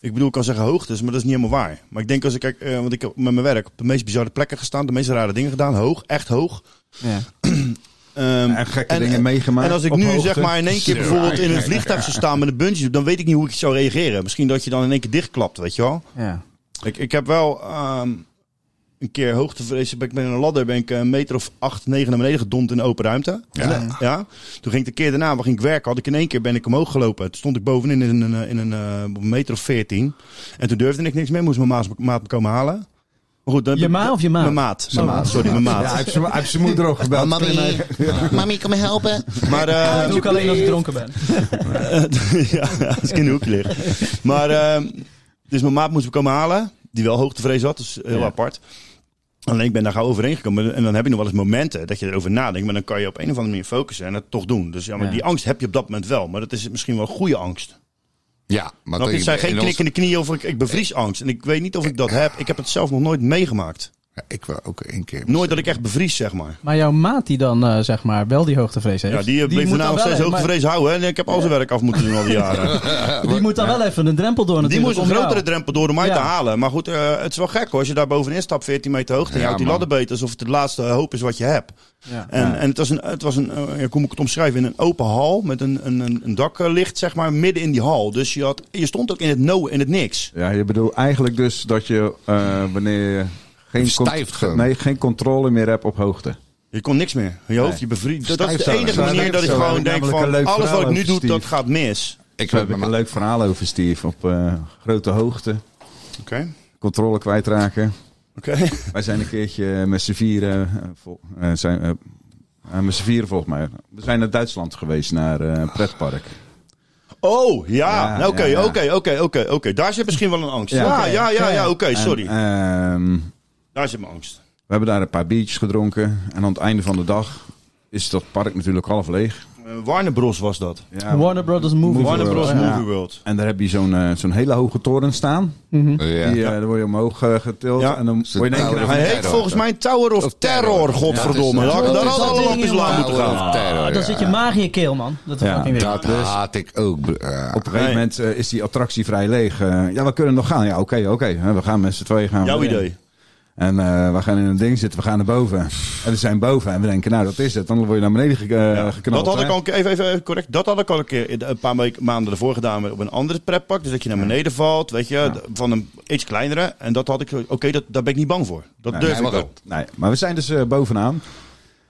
Speaker 2: Ik bedoel, ik kan zeggen hoogtes, maar dat is niet helemaal waar. Maar ik denk als ik kijk, eh, want ik heb met mijn werk op de meest bizarre plekken gestaan, de meest rare dingen gedaan, hoog, echt hoog.
Speaker 3: Ja.
Speaker 2: Ehm,
Speaker 6: En gekke
Speaker 2: en-
Speaker 6: dingen meegemaakt.
Speaker 2: en als ik
Speaker 6: op
Speaker 2: nu
Speaker 6: hoogte.
Speaker 2: zeg maar in één keer
Speaker 5: Zo,
Speaker 2: bijvoorbeeld in een
Speaker 5: eigenlijk.
Speaker 2: vliegtuig zou staan met een bungee, dan weet ik niet hoe ik zou reageren. Misschien dat je dan in één keer dichtklapt, weet je wel?
Speaker 3: Ja.
Speaker 2: Ik, ik heb wel ehm, een keer hoogtevrees. Ik ben in een ladder, ben ik een meter of acht, negen naar beneden gedompt in een open ruimte. Ja. Toen ging ik de keer daarna, waar ging ik werken, had ik in één keer ben ik omhoog gelopen. Toen stond ik bovenin in een, eh, in een eh, meter of veertien. En toen durfde ik niks meer, moest mijn maas- maat me komen halen. Maar goed, dan heb
Speaker 3: Je
Speaker 2: ik-
Speaker 3: ma of je maat?
Speaker 2: Mijn maat. Mijn maat, sorry, mijn
Speaker 6: Ja, hij
Speaker 2: maat.
Speaker 6: heeft zijn- hij heeft zijn moeder ook gebeld.
Speaker 7: Mami, mami, kom me helpen.
Speaker 2: Maar, eh,
Speaker 3: Dat doe ik alleen als ik dronken ben.
Speaker 2: Eh, ja, als ik in de hoek lig. Maar, ehm, dus mijn maat moest me komen halen. Die wel hoogtevrees had, dus heel
Speaker 3: Ja.
Speaker 2: apart. Alleen ik ben daar gauw overheen gekomen. En dan heb je nog wel eens momenten dat je erover nadenkt. Maar dan kan je op een of andere manier focussen en het toch doen. Dus ja, maar
Speaker 3: Ja.
Speaker 2: die angst heb je op dat moment wel. Maar dat is misschien wel goede angst.
Speaker 5: ja, maar
Speaker 2: Want
Speaker 5: dat
Speaker 2: dit zijn geen
Speaker 5: in ons-
Speaker 2: knikkende knieën of ik, ik bevries angst. En ik weet niet of ik dat heb. Ik heb het zelf nog nooit meegemaakt.
Speaker 5: Ja, Ik wil ook één keer.
Speaker 2: Nooit dat ik echt bevries, zeg maar.
Speaker 3: Maar jouw maat die dan eh, zeg maar wel Dus die hoogtevrees heeft.
Speaker 2: Ja, die eh, bleef
Speaker 3: moet
Speaker 2: daarna
Speaker 3: dan
Speaker 2: nog
Speaker 3: wel
Speaker 2: steeds
Speaker 3: even-
Speaker 2: hoogtevrees houden. hè. En ik heb al zijn werk af moeten doen al die jaren.
Speaker 5: Eh,
Speaker 3: maar Die moet dan wel even een drempel door
Speaker 2: Die
Speaker 3: natuurlijk.
Speaker 2: moest een
Speaker 3: om jou-
Speaker 2: grotere drempel door om uit te
Speaker 3: Ja.
Speaker 2: halen. Maar goed, eh, het is wel gek hoor. Als je daar bovenin stapt, 14 meter hoogte, en je
Speaker 5: Ja,
Speaker 2: houdt die
Speaker 5: man.
Speaker 2: ladder beter. Alsof het de laatste hoop is wat je hebt.
Speaker 3: Ja.
Speaker 2: En, en het was een, het was een eh, ja, hoe moet ik het omschrijven? In een open hal met een, een, een, een daklicht, zeg maar, midden in die hal. Dus je, had, je stond ook in het no, in het niks.
Speaker 6: Ja, je bedoelt eigenlijk dus dat je eh, wanneer je geen,
Speaker 5: Verstijft gewoon.
Speaker 6: nee, geen controle meer hebt op hoogte.
Speaker 2: Je kon niks meer. Je hoofd,
Speaker 5: Nee.
Speaker 2: je bevriest. Dat is de
Speaker 4: Stijfstarig.
Speaker 2: enige manier dat ik
Speaker 6: Zo,
Speaker 2: gewoon
Speaker 6: namelijk
Speaker 2: denk
Speaker 6: een leuk
Speaker 2: van... Alles wat
Speaker 6: verhaal
Speaker 2: ik nu
Speaker 6: over
Speaker 2: doe, dat
Speaker 6: Steve.
Speaker 2: gaat mis.
Speaker 5: Ik
Speaker 6: Zo
Speaker 5: heb
Speaker 6: heb ik een leuk verhaal over Steve op eh, grote hoogte.
Speaker 2: Oké.
Speaker 6: Controle kwijtraken.
Speaker 2: Oké.
Speaker 6: Wij zijn een keertje met z'n vieren, eh, vol- eh, zijn, eh, eh, met z'n vieren volgens mij. We zijn naar Duitsland geweest, naar eh, een pretpark.
Speaker 2: Oh, ja.
Speaker 6: Ja,
Speaker 2: Nou, Oké,
Speaker 6: ja, ja.
Speaker 2: oké, oké, oké, oké. Daar zit misschien wel een angst.
Speaker 6: Ja,
Speaker 2: Ja,
Speaker 6: oké.
Speaker 2: ja, ja, ja, oké,
Speaker 6: En,
Speaker 2: sorry.
Speaker 6: ehm,
Speaker 2: Daar zit mijn angst.
Speaker 6: we hebben daar een paar biertjes gedronken. En aan het einde van de dag is dat park natuurlijk half leeg.
Speaker 2: Eh, Warner Bros was dat.
Speaker 6: Ja,
Speaker 3: Warner Brothers Movie.
Speaker 6: Movie
Speaker 2: Warner Bros
Speaker 6: World, ja.
Speaker 2: Movie World.
Speaker 6: En daar heb je zo'n eh, zo'n hele hoge toren staan.
Speaker 5: Ja.
Speaker 6: Die, eh, daar word je omhoog eh, getild.
Speaker 2: Ja.
Speaker 6: En dan word je in één keer
Speaker 5: Tower
Speaker 2: Hij
Speaker 5: Terror.
Speaker 2: heet volgens mij Tower of Terror, godverdomme.
Speaker 5: Ja,
Speaker 2: Ja,
Speaker 5: het is-
Speaker 2: Daar
Speaker 5: dat
Speaker 2: hadden
Speaker 5: is
Speaker 2: alle
Speaker 3: dat
Speaker 2: lampjes
Speaker 3: ding,
Speaker 2: laag
Speaker 3: jongen.
Speaker 2: moeten gaan.
Speaker 5: Tower of Terror,
Speaker 3: Ah, dan zit je
Speaker 5: ja.
Speaker 3: maag in je keel, man. Dat is
Speaker 6: Ja,
Speaker 3: fucking Dus weer.
Speaker 5: Dat
Speaker 2: Ah.
Speaker 5: haat ik ook. eh,
Speaker 6: Op een gegeven
Speaker 2: Nee.
Speaker 6: moment eh, is die attractie vrij leeg. Eh, ja, we kunnen nog gaan. Ja, oké, oké. hè, we gaan met z'n tweeën gaan. Eh,
Speaker 2: Jouw
Speaker 6: we erin.
Speaker 2: idee.
Speaker 6: En eh, we gaan in een ding zitten, we gaan naar boven. En we zijn boven en we denken, nou dat is het. Dan word je naar beneden ge- eh, geknald.
Speaker 2: dat had ik
Speaker 6: hè.
Speaker 2: al een keer, even, even correct, dat had ik al een keer een paar weken- maanden ervoor gedaan op een andere pretpark. Dus dat je naar beneden valt, weet je, d- van een iets kleinere. En dat had ik, oké, dat, daar ben ik niet bang voor. Dat
Speaker 6: Nee,
Speaker 2: durf
Speaker 5: nee,
Speaker 2: ik
Speaker 5: maar
Speaker 2: wel.
Speaker 5: goed.
Speaker 6: Nee, maar we zijn dus eh, bovenaan.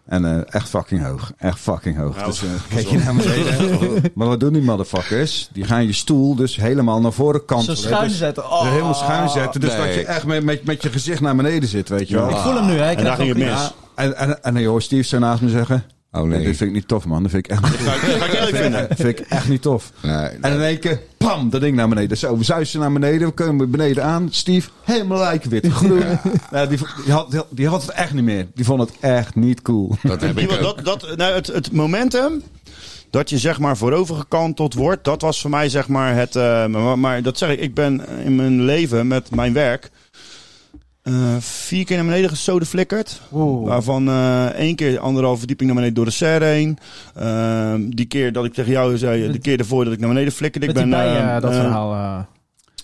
Speaker 6: En eh, echt fucking hoog. Echt fucking hoog.
Speaker 2: Nou,
Speaker 6: dus eh, kijk je naar beneden. maar wat doen die motherfuckers? Die gaan je stoel dus helemaal naar voren
Speaker 3: Zo
Speaker 6: kantelen.
Speaker 3: schuin
Speaker 6: Dus-
Speaker 3: zetten.
Speaker 6: dus
Speaker 3: Oh.
Speaker 6: helemaal schuin zetten. Dus
Speaker 5: Nee.
Speaker 6: dat je echt met, met, met je gezicht naar beneden zit, weet je wel.
Speaker 3: Ik voel hem nu, hè. Ik
Speaker 2: En daar
Speaker 3: krijg
Speaker 2: ging het
Speaker 3: ook-
Speaker 2: mis.
Speaker 6: Ja, en, en, en dan hoor Steve zo naast me zeggen...
Speaker 5: Oh, nee.
Speaker 6: Dit vind ik niet tof, man. Dat vind ik echt niet
Speaker 2: Dat ga ik- dat ga ik leuk vinden.
Speaker 6: Dat vind ik echt niet tof.
Speaker 5: Nee,
Speaker 6: En in één keer, pam, dat ding naar beneden. Zo, we zuisen naar beneden, we komen beneden aan. Steve, helemaal lijkwit, groen. Nou, die, die, had, die had het echt niet meer. Die vond het echt niet cool.
Speaker 5: dat heb ik
Speaker 2: Die-
Speaker 5: ook.
Speaker 2: dat, dat, nou, het, het momentum dat je zeg maar voorovergekanteld wordt, dat was voor mij zeg maar het. eh, maar, maar dat zeg ik, ik ben in mijn leven met mijn werk eh, vier keer naar beneden gesoden flikkerd. Waarvan eh, één keer anderhalve verdieping naar beneden door de serre heen. Eh, die keer dat ik tegen jou zei, eh, de keer ervoor dat ik naar beneden flikkerde. Ik
Speaker 3: Met die
Speaker 2: ben,
Speaker 3: bijen,
Speaker 2: eh,
Speaker 3: dat
Speaker 2: eh,
Speaker 3: verhaal. eh.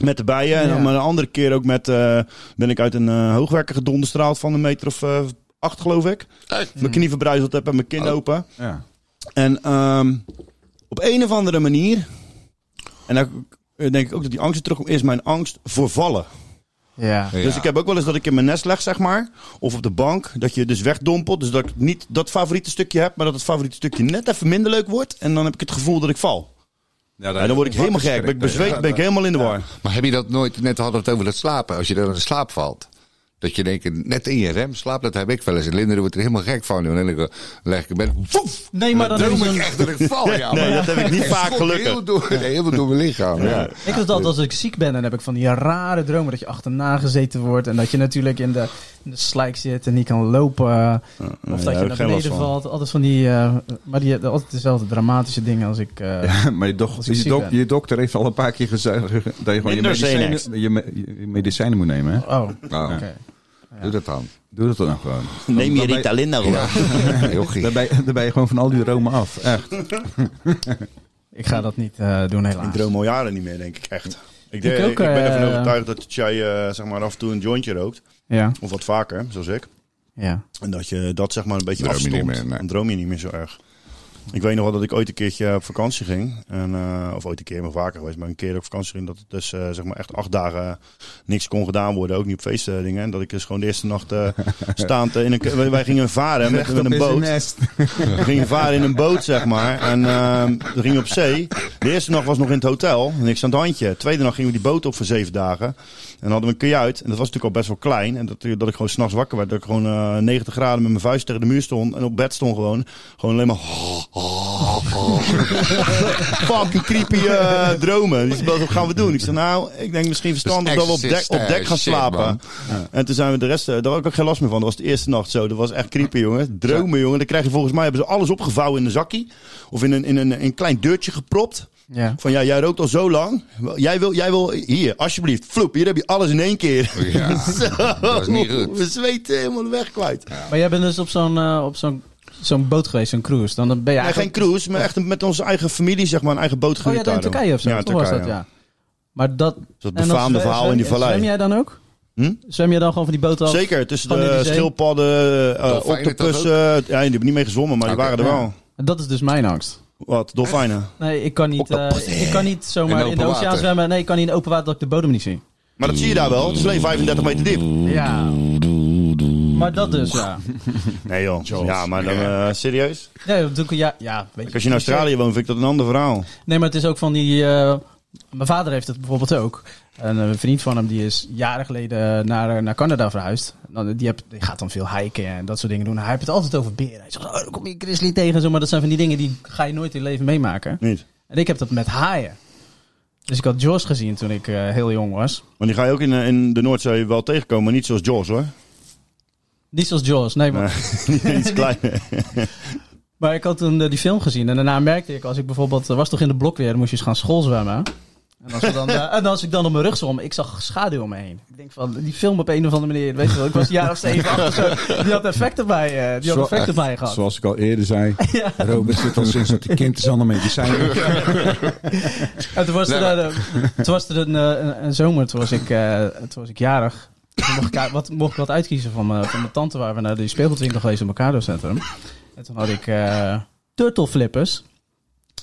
Speaker 2: met de bijen. En
Speaker 3: Ja.
Speaker 2: dan maar een andere keer ook met. eh, ben ik uit een eh, hoogwerker gedonderstraald van een meter of eh, acht, geloof ik. Mijn knie verbruizeld heb en mijn kin
Speaker 5: Oh.
Speaker 2: open.
Speaker 6: Ja.
Speaker 2: En ehm, op een of andere manier. En dan denk ik ook dat die angst er terugkomt. Is mijn angst voor vallen.
Speaker 3: Ja.
Speaker 5: Ja.
Speaker 2: Dus ik heb ook wel eens dat ik in mijn nest leg, zeg maar. Of op de bank. Dat je dus wegdompelt. Dus dat ik niet dat favoriete stukje heb. Maar dat het favoriete stukje net even minder leuk wordt. En dan heb ik het gevoel dat ik val. En dan word ik helemaal gek. Ben ik bezweet. Ben ik helemaal in de war.
Speaker 5: Maar heb je dat nooit, net hadden we het over dat slapen, als je dan in slaap valt. Dat je denkt, net in je rem slaapt, dat heb ik wel eens. En Linder wordt er helemaal gek van. joh. En dan leg ik in bed, woef,
Speaker 3: Nee, maar
Speaker 5: dan
Speaker 3: dan
Speaker 5: droom
Speaker 3: is
Speaker 5: ik
Speaker 3: een-
Speaker 5: echt dat ik val. Ja,
Speaker 2: Nee,
Speaker 5: maar-
Speaker 2: dat heb ik niet
Speaker 5: Ik
Speaker 2: vaak
Speaker 5: schok
Speaker 2: gelukkig.
Speaker 5: Heel door, nee, helemaal door mijn lichaam. Ja.
Speaker 3: Ik had altijd als ik ziek ben, dan heb ik van die rare dromen dat je achterna gezeten wordt en dat je natuurlijk in de, in de slijk zit en niet kan lopen.
Speaker 2: nee,
Speaker 3: of
Speaker 2: daar
Speaker 3: dat
Speaker 2: heb
Speaker 3: je
Speaker 2: ik
Speaker 3: naar
Speaker 2: geen last
Speaker 3: beneden
Speaker 2: van.
Speaker 3: valt. Altijd van die, eh, maar die altijd dezelfde dramatische dingen als ik. eh,
Speaker 6: Ja, maar je, doch-
Speaker 3: Als ik
Speaker 6: je,
Speaker 3: ziek
Speaker 6: dok-
Speaker 3: ben.
Speaker 6: je dokter heeft al een paar keer gezegd dat je gewoon je
Speaker 2: Minder Xanax.
Speaker 6: medicijnen, je, me- je medicijnen moet nemen. Hè?
Speaker 3: Oh, oké.
Speaker 5: Nou, Doe dat dan.
Speaker 6: Doe dat dan gewoon.
Speaker 2: Neem je Ritalin nou gewoon.
Speaker 5: Jochie.
Speaker 6: Daar ben, je- dan ben je gewoon van al die romen af. Echt.
Speaker 3: Ik ga dat niet eh, doen helaas.
Speaker 2: Ik droom al jaren niet meer, denk ik echt.
Speaker 3: Ik
Speaker 2: Ik, denk,
Speaker 3: ook,
Speaker 2: ik ben ervan
Speaker 3: eh,
Speaker 2: overtuigd dat jij eh, zeg maar af en toe een jointje rookt.
Speaker 3: Ja,
Speaker 2: Of wat vaker, zoals ik.
Speaker 3: ja.
Speaker 2: En dat je dat zeg maar een beetje
Speaker 5: Droom je
Speaker 2: afstond.
Speaker 5: niet meer, nee.
Speaker 2: Dan droom je niet meer zo erg. Ik weet nog wel dat ik ooit een keertje op vakantie ging. En, eh, of ooit een keer, maar vaker geweest. Maar een keer op vakantie ging. Dat het dus eh, zeg maar echt acht dagen niks kon gedaan worden. Ook niet op feestdingen. En dat ik dus gewoon de eerste nacht eh, staand eh, in een... ke- wij- Wij gingen varen met, met een boot. We gingen varen in een boot, zeg maar. En ehm, we gingen op zee. De eerste nacht was nog in het hotel. Niks aan het handje. De tweede nacht gingen we die boot op voor zeven dagen. En dan hadden we een kajuit. En dat was natuurlijk al best wel klein. En dat, dat ik gewoon s'nachts wakker werd. Dat ik gewoon eh 90 graden met mijn vuist tegen de muur stond. En op bed stond gewoon. Gewoon alleen maar... Fucking creepy eh, dromen. Die zei, wat gaan we doen? Ik zei, nou, ik denk misschien verstandig dat we op dek, op dek gaan
Speaker 5: Exorcist, eh, shit,
Speaker 2: slapen.
Speaker 5: man.
Speaker 2: En toen zijn we de rest, eh, daar had ik ook geen last meer van. Dat was de eerste nacht zo. Dat was echt creepy, jongen. Dromen, jongen. Dan krijg je volgens mij, hebben ze alles opgevouwen in een zakkie. Of in een, in een, een klein deurtje gepropt.
Speaker 3: ja.
Speaker 2: Van ja, jij rookt al zo lang. Jij wil, jij wil hier, alsjeblieft. Floep, hier heb je alles in één keer.
Speaker 5: Oh, Ja. dat is niet goed.
Speaker 2: We zweten helemaal de weg kwijt.
Speaker 3: Maar jij bent dus op zo'n eh, op zo'n zo'n boot geweest, zo'n cruise. Dan ben je
Speaker 2: Ja, geen
Speaker 3: eigenlijk...
Speaker 2: cruise, maar echt een- met onze eigen familie, zeg maar. Een eigen boot
Speaker 3: oh,
Speaker 2: gehuurd
Speaker 3: ja, dan in
Speaker 2: daar, hoor.
Speaker 3: Turkije of zo.
Speaker 2: Ja,
Speaker 3: Ja,
Speaker 2: in
Speaker 3: was dat,
Speaker 2: Turkije,
Speaker 3: ja. Maar dat... en
Speaker 2: Dat
Speaker 3: dan
Speaker 2: befaamde
Speaker 3: zwe-
Speaker 2: verhaal in die
Speaker 3: zwem-
Speaker 2: vallei.
Speaker 3: Zwem jij dan ook?
Speaker 2: Hm?
Speaker 3: Zwem jij dan gewoon van die boot af?
Speaker 2: Zeker, tussen
Speaker 3: Gewoon in
Speaker 2: de
Speaker 3: de zee?
Speaker 2: schildpadden, eh
Speaker 5: Dolfijnen
Speaker 2: octopussen. Ja, die hebben niet mee gezwommen, maar
Speaker 5: Oké,
Speaker 2: die waren er
Speaker 5: ja.
Speaker 2: wel.
Speaker 3: Dat is dus mijn angst.
Speaker 2: Wat, dolfijnen?
Speaker 3: Nee, ik kan niet, eh, ik kan niet
Speaker 5: In
Speaker 3: zomaar
Speaker 5: open
Speaker 3: in, de oceaan
Speaker 5: water.
Speaker 3: zwemmen. Nee, ik kan niet in open water dat ik de bodem niet zie.
Speaker 2: Maar dat zie je daar wel. Het is alleen 35 meter diep.
Speaker 3: Ja. Maar dat dus, ja.
Speaker 2: Nee joh. Ja, maar dan eh, serieus.
Speaker 3: Nee, dat doe ik, ja, ja weet
Speaker 2: Als je in Australië woont, vind ik dat een ander verhaal.
Speaker 3: Nee, maar het is ook van die... eh, mijn vader heeft het bijvoorbeeld ook. Een eh, vriend van hem die is jaren geleden naar, eh, naar Canada verhuisd. Nou, Die, hebt, die gaat dan veel hiken en dat soort dingen doen. Hij heeft het altijd over beren. Hij zegt, oh, dan kom je een grizzly tegen en zo. Maar dat zijn van die dingen die ga je nooit in je leven meemaken.
Speaker 2: Niet.
Speaker 3: En ik heb dat met haaien. Dus ik had Jaws gezien toen ik eh, heel jong was.
Speaker 2: Want die ga je ook in, eh, in de Noordzee wel tegenkomen, maar niet zoals Jaws hoor.
Speaker 3: Niet zoals Jaws, nee, maar,
Speaker 2: Nee, iets kleiner.
Speaker 3: maar ik had toen eh, die film gezien. En daarna merkte ik, als ik bijvoorbeeld, er was toch in de blok weer, dan moest je eens gaan schoolzwemmen. En als, we dan, eh, en als ik dan op mijn rug zwom, ik zag schaduw om me heen. Ik denk van, die film op een of andere manier, weet je wel, ik was een jaar of zeven, acht of zo. Die had effecten bij, eh, die had
Speaker 6: Zo-
Speaker 3: effecten bij gehad.
Speaker 6: Zoals ik al eerder zei, Robert zit al sinds dat hij kind is aan de medicijnen.
Speaker 3: En toen was er,
Speaker 5: Nee, maar-
Speaker 3: dan, eh, toen was er een, eh, een, een zomer, toen was ik, eh, toen was ik jarig. Toen mocht ik, uit- wat, mocht ik wat uitkiezen van mijn, van mijn tante waar we naar die speelgoedwinkel geweest in Mercado Centrum. En toen had ik eh turtle flippers.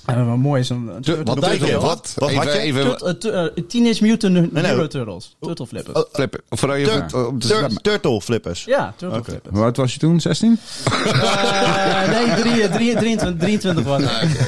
Speaker 3: En wat mooi is een, een
Speaker 5: Wat,
Speaker 3: turtle-
Speaker 2: betekent
Speaker 5: wat,
Speaker 2: dat?
Speaker 5: wat?
Speaker 2: Wat had
Speaker 5: even,
Speaker 2: je?
Speaker 5: even,
Speaker 3: Turt- eh, tu- eh, Teenage Mutant Ninja
Speaker 2: Nee, Oh. nee.
Speaker 3: Turtles. Turtle flippers.
Speaker 5: flippen. Vooral je
Speaker 2: Turk,
Speaker 5: voet Oh, op de
Speaker 2: Tur-
Speaker 5: scherm.
Speaker 2: turtle flippers.
Speaker 3: Ja, turtle
Speaker 2: Oké.
Speaker 3: flippers.
Speaker 6: Hoe oud was je toen? 16?
Speaker 3: Eh, nee, drie- drie- 23, 23 was het.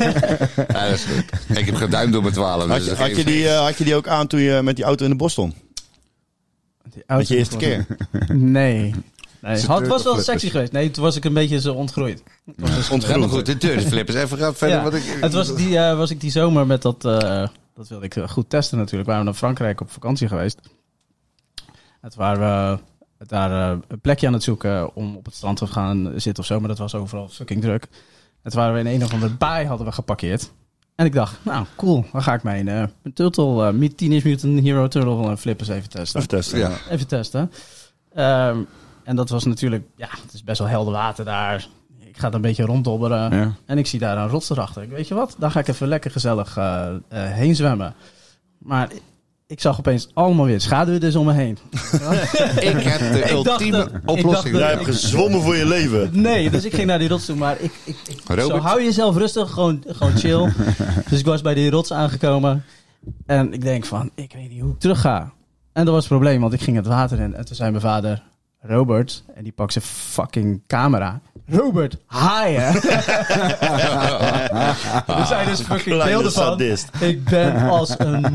Speaker 5: Ja, dat is goed. Ik heb geduimd door mijn 12.
Speaker 2: Had
Speaker 5: Dus
Speaker 2: je,
Speaker 5: dat
Speaker 2: had, je
Speaker 5: geeft
Speaker 2: die,
Speaker 5: niks.
Speaker 2: eh, had je die ook aan toen je met die auto in de bos stond?
Speaker 3: Die
Speaker 2: Met je
Speaker 3: auto-
Speaker 2: eerste keer?
Speaker 3: Nee. nee.
Speaker 6: Ze
Speaker 3: Had, het was wel
Speaker 6: turtle
Speaker 3: sexy geweest. Nee, toen was ik een beetje zo ontgroeid.
Speaker 5: Helemaal
Speaker 2: Ontgroeid.
Speaker 5: goed, de deurflippers. Even gaat verder.
Speaker 3: Ja.
Speaker 5: Wat ik,
Speaker 3: Het was, die, eh, was ik die zomer met dat. eh, dat wilde ik eh, goed testen natuurlijk. Waren we naar Frankrijk op vakantie geweest. Het waren we daar eh, een plekje aan het zoeken om op het strand te gaan zitten of zo. Maar dat was overal fucking druk. Het waren we in een of andere baai hadden we geparkeerd. En ik dacht, nou cool, dan ga ik mijn, eh, mijn Turtle, eh, Teenage Mutant Hero Turtle eh, flippers even testen.
Speaker 2: Even testen.
Speaker 5: ja.
Speaker 3: Even testen. Ehm, en dat was natuurlijk, ja, het is best wel helder water daar. Ik ga het een beetje ronddobberen.
Speaker 6: Ja.
Speaker 3: En ik zie daar een rots erachter. Ik weet je wat, daar ga ik even lekker gezellig eh, eh, heen zwemmen. Maar ik zag opeens allemaal weer schaduwen dus om me heen.
Speaker 5: ik heb de
Speaker 3: Ik dacht
Speaker 5: ultieme
Speaker 3: dat- ik
Speaker 5: oplossing.
Speaker 2: Jij hebt
Speaker 3: dacht
Speaker 2: gezwommen voor je leven.
Speaker 3: Nee, dus ik ging naar die rots toe. Maar ik, ik, ik zo
Speaker 5: Robert?
Speaker 3: hou jezelf rustig, gewoon, gewoon chill. dus ik was bij die rots aangekomen. En ik denk van, ik weet niet hoe ik terug ga. En dat was het probleem, want ik ging het water in. En toen zei mijn vader, Robert, en die pakt zijn fucking camera. Robert, haaien. Er zijn dus fucking
Speaker 2: Kleine
Speaker 3: beelden van.
Speaker 2: sadist.
Speaker 3: Ik ben als een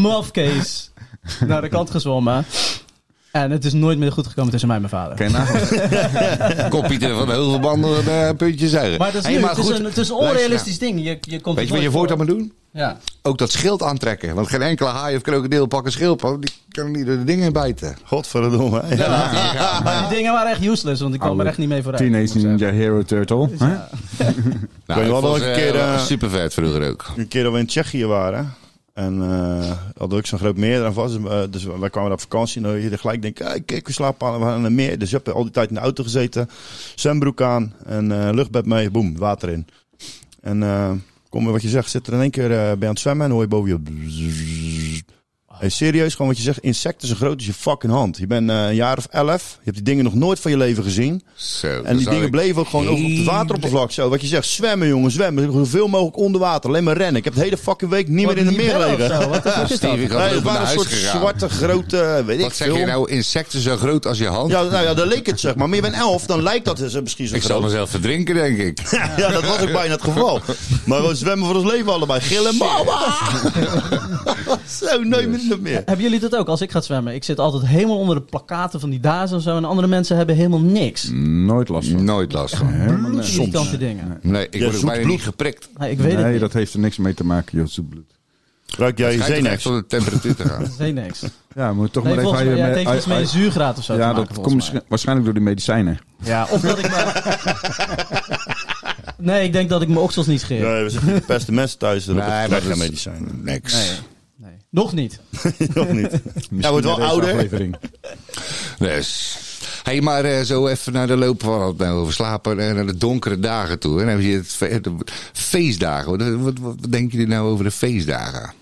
Speaker 3: mafkees naar de kant gezwommen. En het is nooit meer goed gekomen tussen mij en mijn vader.
Speaker 6: Ken je nou?
Speaker 5: Kopje van de heuvelbanden een puntje zuigen.
Speaker 3: Maar dat is,
Speaker 5: eh, Hey,
Speaker 3: nu, het, is
Speaker 5: goed,
Speaker 3: een, het is een
Speaker 5: luister, nou.
Speaker 3: onrealistisch ding. Je, je komt
Speaker 5: Weet je
Speaker 3: er
Speaker 5: wat je
Speaker 3: nooit
Speaker 5: voortaan moet doen?
Speaker 3: Ja.
Speaker 5: Ook dat schild aantrekken. Want geen enkele haai of krokodil pakken schild. want Die kan niet door de dingen bijten.
Speaker 2: Godverdomme. hè? Ja.
Speaker 3: Die dingen waren echt useless, want ik kwam er echt niet mee vooruit.
Speaker 6: Teenage Ninja Hero Turtle. hè?
Speaker 5: Nou,
Speaker 2: je wel nog een keer, eh,
Speaker 5: super vet vroeger ook.
Speaker 2: Een keer dat we in Tsjechië waren. En eh hadden we ook zo'n groot meer aan vast. Eh, dus wij kwamen daar op vakantie. En dan je er gelijk denkt, kijk, kijk, we slapen aan, we gaan aan een meer. Dus je hebt al die tijd in de auto gezeten. Zwembroek aan. En eh, luchtbed mee. Boem, water in. En eh, kom maar wat je zegt. Zit er in één keer eh, bij aan het zwemmen. En hoor je boven je... bzzz. Hey, serieus, gewoon wat je zegt. Insecten zo groot als je fucking hand. Je bent eh, een jaar of elf. Je hebt die dingen nog nooit van je leven gezien.
Speaker 5: Zo,
Speaker 2: En die dingen
Speaker 5: bleven.
Speaker 2: bleven ook gewoon over op het
Speaker 5: Hele-
Speaker 2: wateroppervlak. Zo, wat je zegt, zwemmen jongen, zwemmen. Zoveel mogelijk onder water, alleen maar rennen. Ik heb de hele fucking week niet
Speaker 3: Wat,
Speaker 2: meer in de
Speaker 3: die
Speaker 2: meer
Speaker 3: bellen
Speaker 2: gelegen.
Speaker 3: of zo? Wat de fuck is dat?
Speaker 5: Steve, ik had
Speaker 2: Nee,
Speaker 5: nee,
Speaker 2: het waren
Speaker 5: naar
Speaker 2: een
Speaker 5: huis
Speaker 2: soort
Speaker 5: gegaan.
Speaker 2: zwarte, grote, weet ik
Speaker 5: Wat zeg
Speaker 2: veel.
Speaker 5: je nou? Insecten zo groot als je hand?
Speaker 2: Ja, nou ja, daar leek het zeg maar. Maar je bent elf, dan lijkt dat dus misschien zo
Speaker 5: ik zal
Speaker 2: groot.
Speaker 5: mezelf verdrinken, denk ik.
Speaker 2: Ja, dat was ook bijna het geval. Maar we zwemmen voor ons leven allebei. Gillen, mama! zo, nooit meer, nooit meer.
Speaker 3: Hebben jullie dat ook? Als ik ga zwemmen, ik zit altijd helemaal onder de plakaten van die dazen en zo. En andere mensen hebben helemaal niks.
Speaker 6: Nooit last van.
Speaker 5: Nooit last van.
Speaker 3: Irritante dingen.
Speaker 5: Nee, ik
Speaker 2: Ja,
Speaker 5: word ook
Speaker 2: zoet
Speaker 5: bijna
Speaker 2: bloed.
Speaker 5: niet geprikt.
Speaker 3: Nee, ik weet het
Speaker 6: Nee,
Speaker 3: niet.
Speaker 6: dat heeft er niks mee te maken, Josse Bloed.
Speaker 2: Ruik jij je
Speaker 5: Kijk toch echt
Speaker 2: zenex?
Speaker 5: om de temperatuur te gaan.
Speaker 3: Dat is helemaal niks.
Speaker 6: Ja, moet toch
Speaker 3: Nee,
Speaker 6: maar even...
Speaker 3: volgens
Speaker 6: aan
Speaker 3: mij,
Speaker 6: je
Speaker 3: ja,
Speaker 6: me-
Speaker 3: het heeft
Speaker 6: aan-
Speaker 3: iets met
Speaker 6: aan-
Speaker 3: een zuurgraad of zo te
Speaker 6: Ja,
Speaker 3: maken,
Speaker 6: dat komt
Speaker 3: volgens mij.
Speaker 6: misschien- waarschijnlijk door de medicijnen.
Speaker 3: Ja, of dat ik me... Nee, ik denk dat ik mijn oksels niet scheer.
Speaker 2: Nee, we zitten de beste mensen thuis. dus Nee,
Speaker 5: Nee, maar
Speaker 2: maar
Speaker 5: dat
Speaker 2: geen
Speaker 5: is-
Speaker 2: medicijn.
Speaker 5: Niks.
Speaker 3: Nee. nee. Nog niet.
Speaker 2: Nog niet. Hij
Speaker 6: Misschien
Speaker 2: wordt wel
Speaker 6: na deze
Speaker 2: ouder.
Speaker 6: aflevering.
Speaker 5: Dus. hey, maar eh, zo even naar de loop van het nou, over slapen en naar de donkere dagen toe. En dan heb je het fe- de feestdagen. Wat, wat, wat wat denken jullie nou over de feestdagen?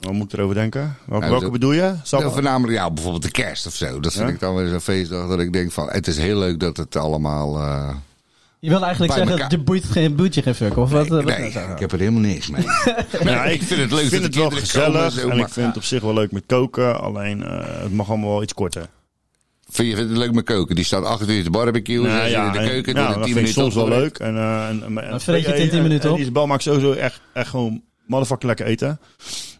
Speaker 2: Wat moet ik erover denken? Welke,
Speaker 5: Nou,
Speaker 2: welke
Speaker 5: dat-
Speaker 2: bedoel je? Zal ik-
Speaker 5: Nou, voornamelijk ja, bijvoorbeeld de kerst of zo. Dat vind
Speaker 2: Ja?
Speaker 5: ik dan weer zo'n feestdag dat ik denk van... Het is heel leuk dat het allemaal... eh,
Speaker 3: Je wil eigenlijk
Speaker 5: Bij
Speaker 3: zeggen,
Speaker 5: elkaar.
Speaker 3: je boeit, geen, boeit je geen fuck. Of wat, wat
Speaker 5: nee,
Speaker 3: nou?
Speaker 5: ik heb er helemaal niks mee.
Speaker 2: Ja,
Speaker 5: ik vind het leuk
Speaker 2: Nou, Ik
Speaker 5: dat de
Speaker 2: vind het wel
Speaker 5: kinderen komen en
Speaker 2: gezellig
Speaker 5: zo,
Speaker 2: en
Speaker 5: maar-
Speaker 2: ik vind het op zich wel leuk met koken. Alleen eh, het mag allemaal wel iets korter.
Speaker 5: Vind je vindt het leuk met koken? Die staat acht uur te barbecue,
Speaker 2: Nou
Speaker 5: zes uur in
Speaker 2: en-
Speaker 5: de keuken, doet
Speaker 2: nou, dat
Speaker 5: het tien
Speaker 2: vind ik
Speaker 5: minuten
Speaker 2: soms wel
Speaker 5: op.
Speaker 2: leuk. En, eh, en, en, en,
Speaker 3: Dan vreet je het in
Speaker 2: en-
Speaker 3: 10 minuten
Speaker 2: en
Speaker 3: op.
Speaker 2: Isabel maakt sowieso echt, echt gewoon motherfucking lekker eten.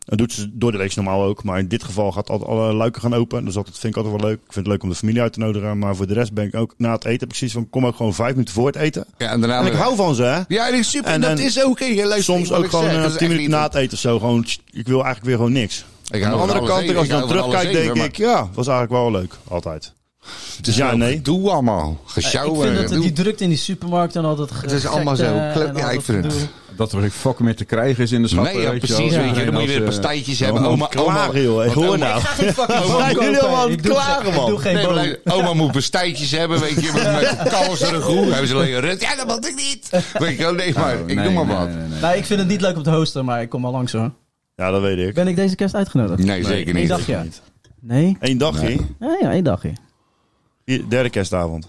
Speaker 2: Dat doet ze door de week normaal ook. Maar in dit geval gaat altijd alle luiken gaan open. Dus dat vind ik altijd wel leuk. Ik vind het leuk om de familie uit te nodigen. Maar voor de rest ben ik ook na het eten precies van... Kom ook gewoon vijf minuten voor het eten.
Speaker 5: Ja, en daarna
Speaker 2: En ik
Speaker 5: weer-
Speaker 2: hou van ze, hè.
Speaker 5: Ja, dat is super.
Speaker 2: En-
Speaker 5: dat
Speaker 2: en
Speaker 5: is oké. Je luistert
Speaker 2: Soms
Speaker 5: niet wat
Speaker 2: ook
Speaker 5: ik
Speaker 2: gewoon
Speaker 5: zeg.
Speaker 2: eh,
Speaker 5: Dat is
Speaker 2: tien
Speaker 5: echt niet-
Speaker 2: minuten na het eten of zo. Gewoon, tss, ik wil eigenlijk weer gewoon niks.
Speaker 5: Ik
Speaker 2: Aan
Speaker 5: hou
Speaker 2: de
Speaker 5: van
Speaker 2: andere
Speaker 5: alles
Speaker 2: kant,
Speaker 5: even.
Speaker 2: als je dan
Speaker 5: hou van alles
Speaker 2: terugkijkt,
Speaker 5: even,
Speaker 2: denk
Speaker 5: maar
Speaker 2: ik... Ja, was eigenlijk wel leuk. Altijd. Dus ja,
Speaker 5: ook
Speaker 2: nee.
Speaker 5: Doe allemaal.
Speaker 3: Eh, ik
Speaker 5: Gesjouw.
Speaker 3: vind
Speaker 5: en
Speaker 3: dat die
Speaker 5: gedoe.
Speaker 3: drukte in die supermarkt en al dat
Speaker 5: eh, Het is allemaal zo.
Speaker 3: gezekte eh, en
Speaker 5: Klep-
Speaker 3: al
Speaker 5: ja,
Speaker 3: dat
Speaker 5: ik vind het.
Speaker 3: gedoe.
Speaker 6: Dat er geen fuck meer te krijgen is in de schappen.
Speaker 5: Nee, ja,
Speaker 6: weet je
Speaker 5: precies.
Speaker 6: wel.
Speaker 5: Weet je,
Speaker 6: Iedereen
Speaker 5: dan moet je weer
Speaker 6: als, eh,
Speaker 5: pastijtjes hebben.
Speaker 2: Oma,
Speaker 5: Oma, oma,
Speaker 2: klagen, Oh, joh.
Speaker 5: want
Speaker 2: Ik hoor
Speaker 5: oma-
Speaker 2: nou.
Speaker 3: geen fucking
Speaker 2: Zijn
Speaker 3: boom
Speaker 2: jullie
Speaker 3: kopen.
Speaker 2: allemaal aan
Speaker 3: Ik
Speaker 2: het
Speaker 3: doe-
Speaker 2: klagen, man?
Speaker 3: Ik doe geen
Speaker 5: Nee, maar
Speaker 3: boom.
Speaker 5: luister, oma moet pastijtjes hebben, weet je, met, met kalzeren groen. Hebben ze alleen rust. Ja, dat moet ik niet. Weet je, wel, nee, maar ik
Speaker 6: nee,
Speaker 5: doe maar
Speaker 6: nee,
Speaker 5: wat.
Speaker 6: nee, nee, nee.
Speaker 3: Nou, ik vind het niet leuk om te hosten, maar ik kom al langs hoor.
Speaker 2: Ja, dat weet ik.
Speaker 3: Ben ik deze kerst uitgenodigd?
Speaker 5: Nee, zeker
Speaker 3: Eén
Speaker 5: niet.
Speaker 3: dagje. Nee?
Speaker 2: Eén dagje.
Speaker 3: Ja, ja, één dagje.
Speaker 2: Hier, Derde kerstavond.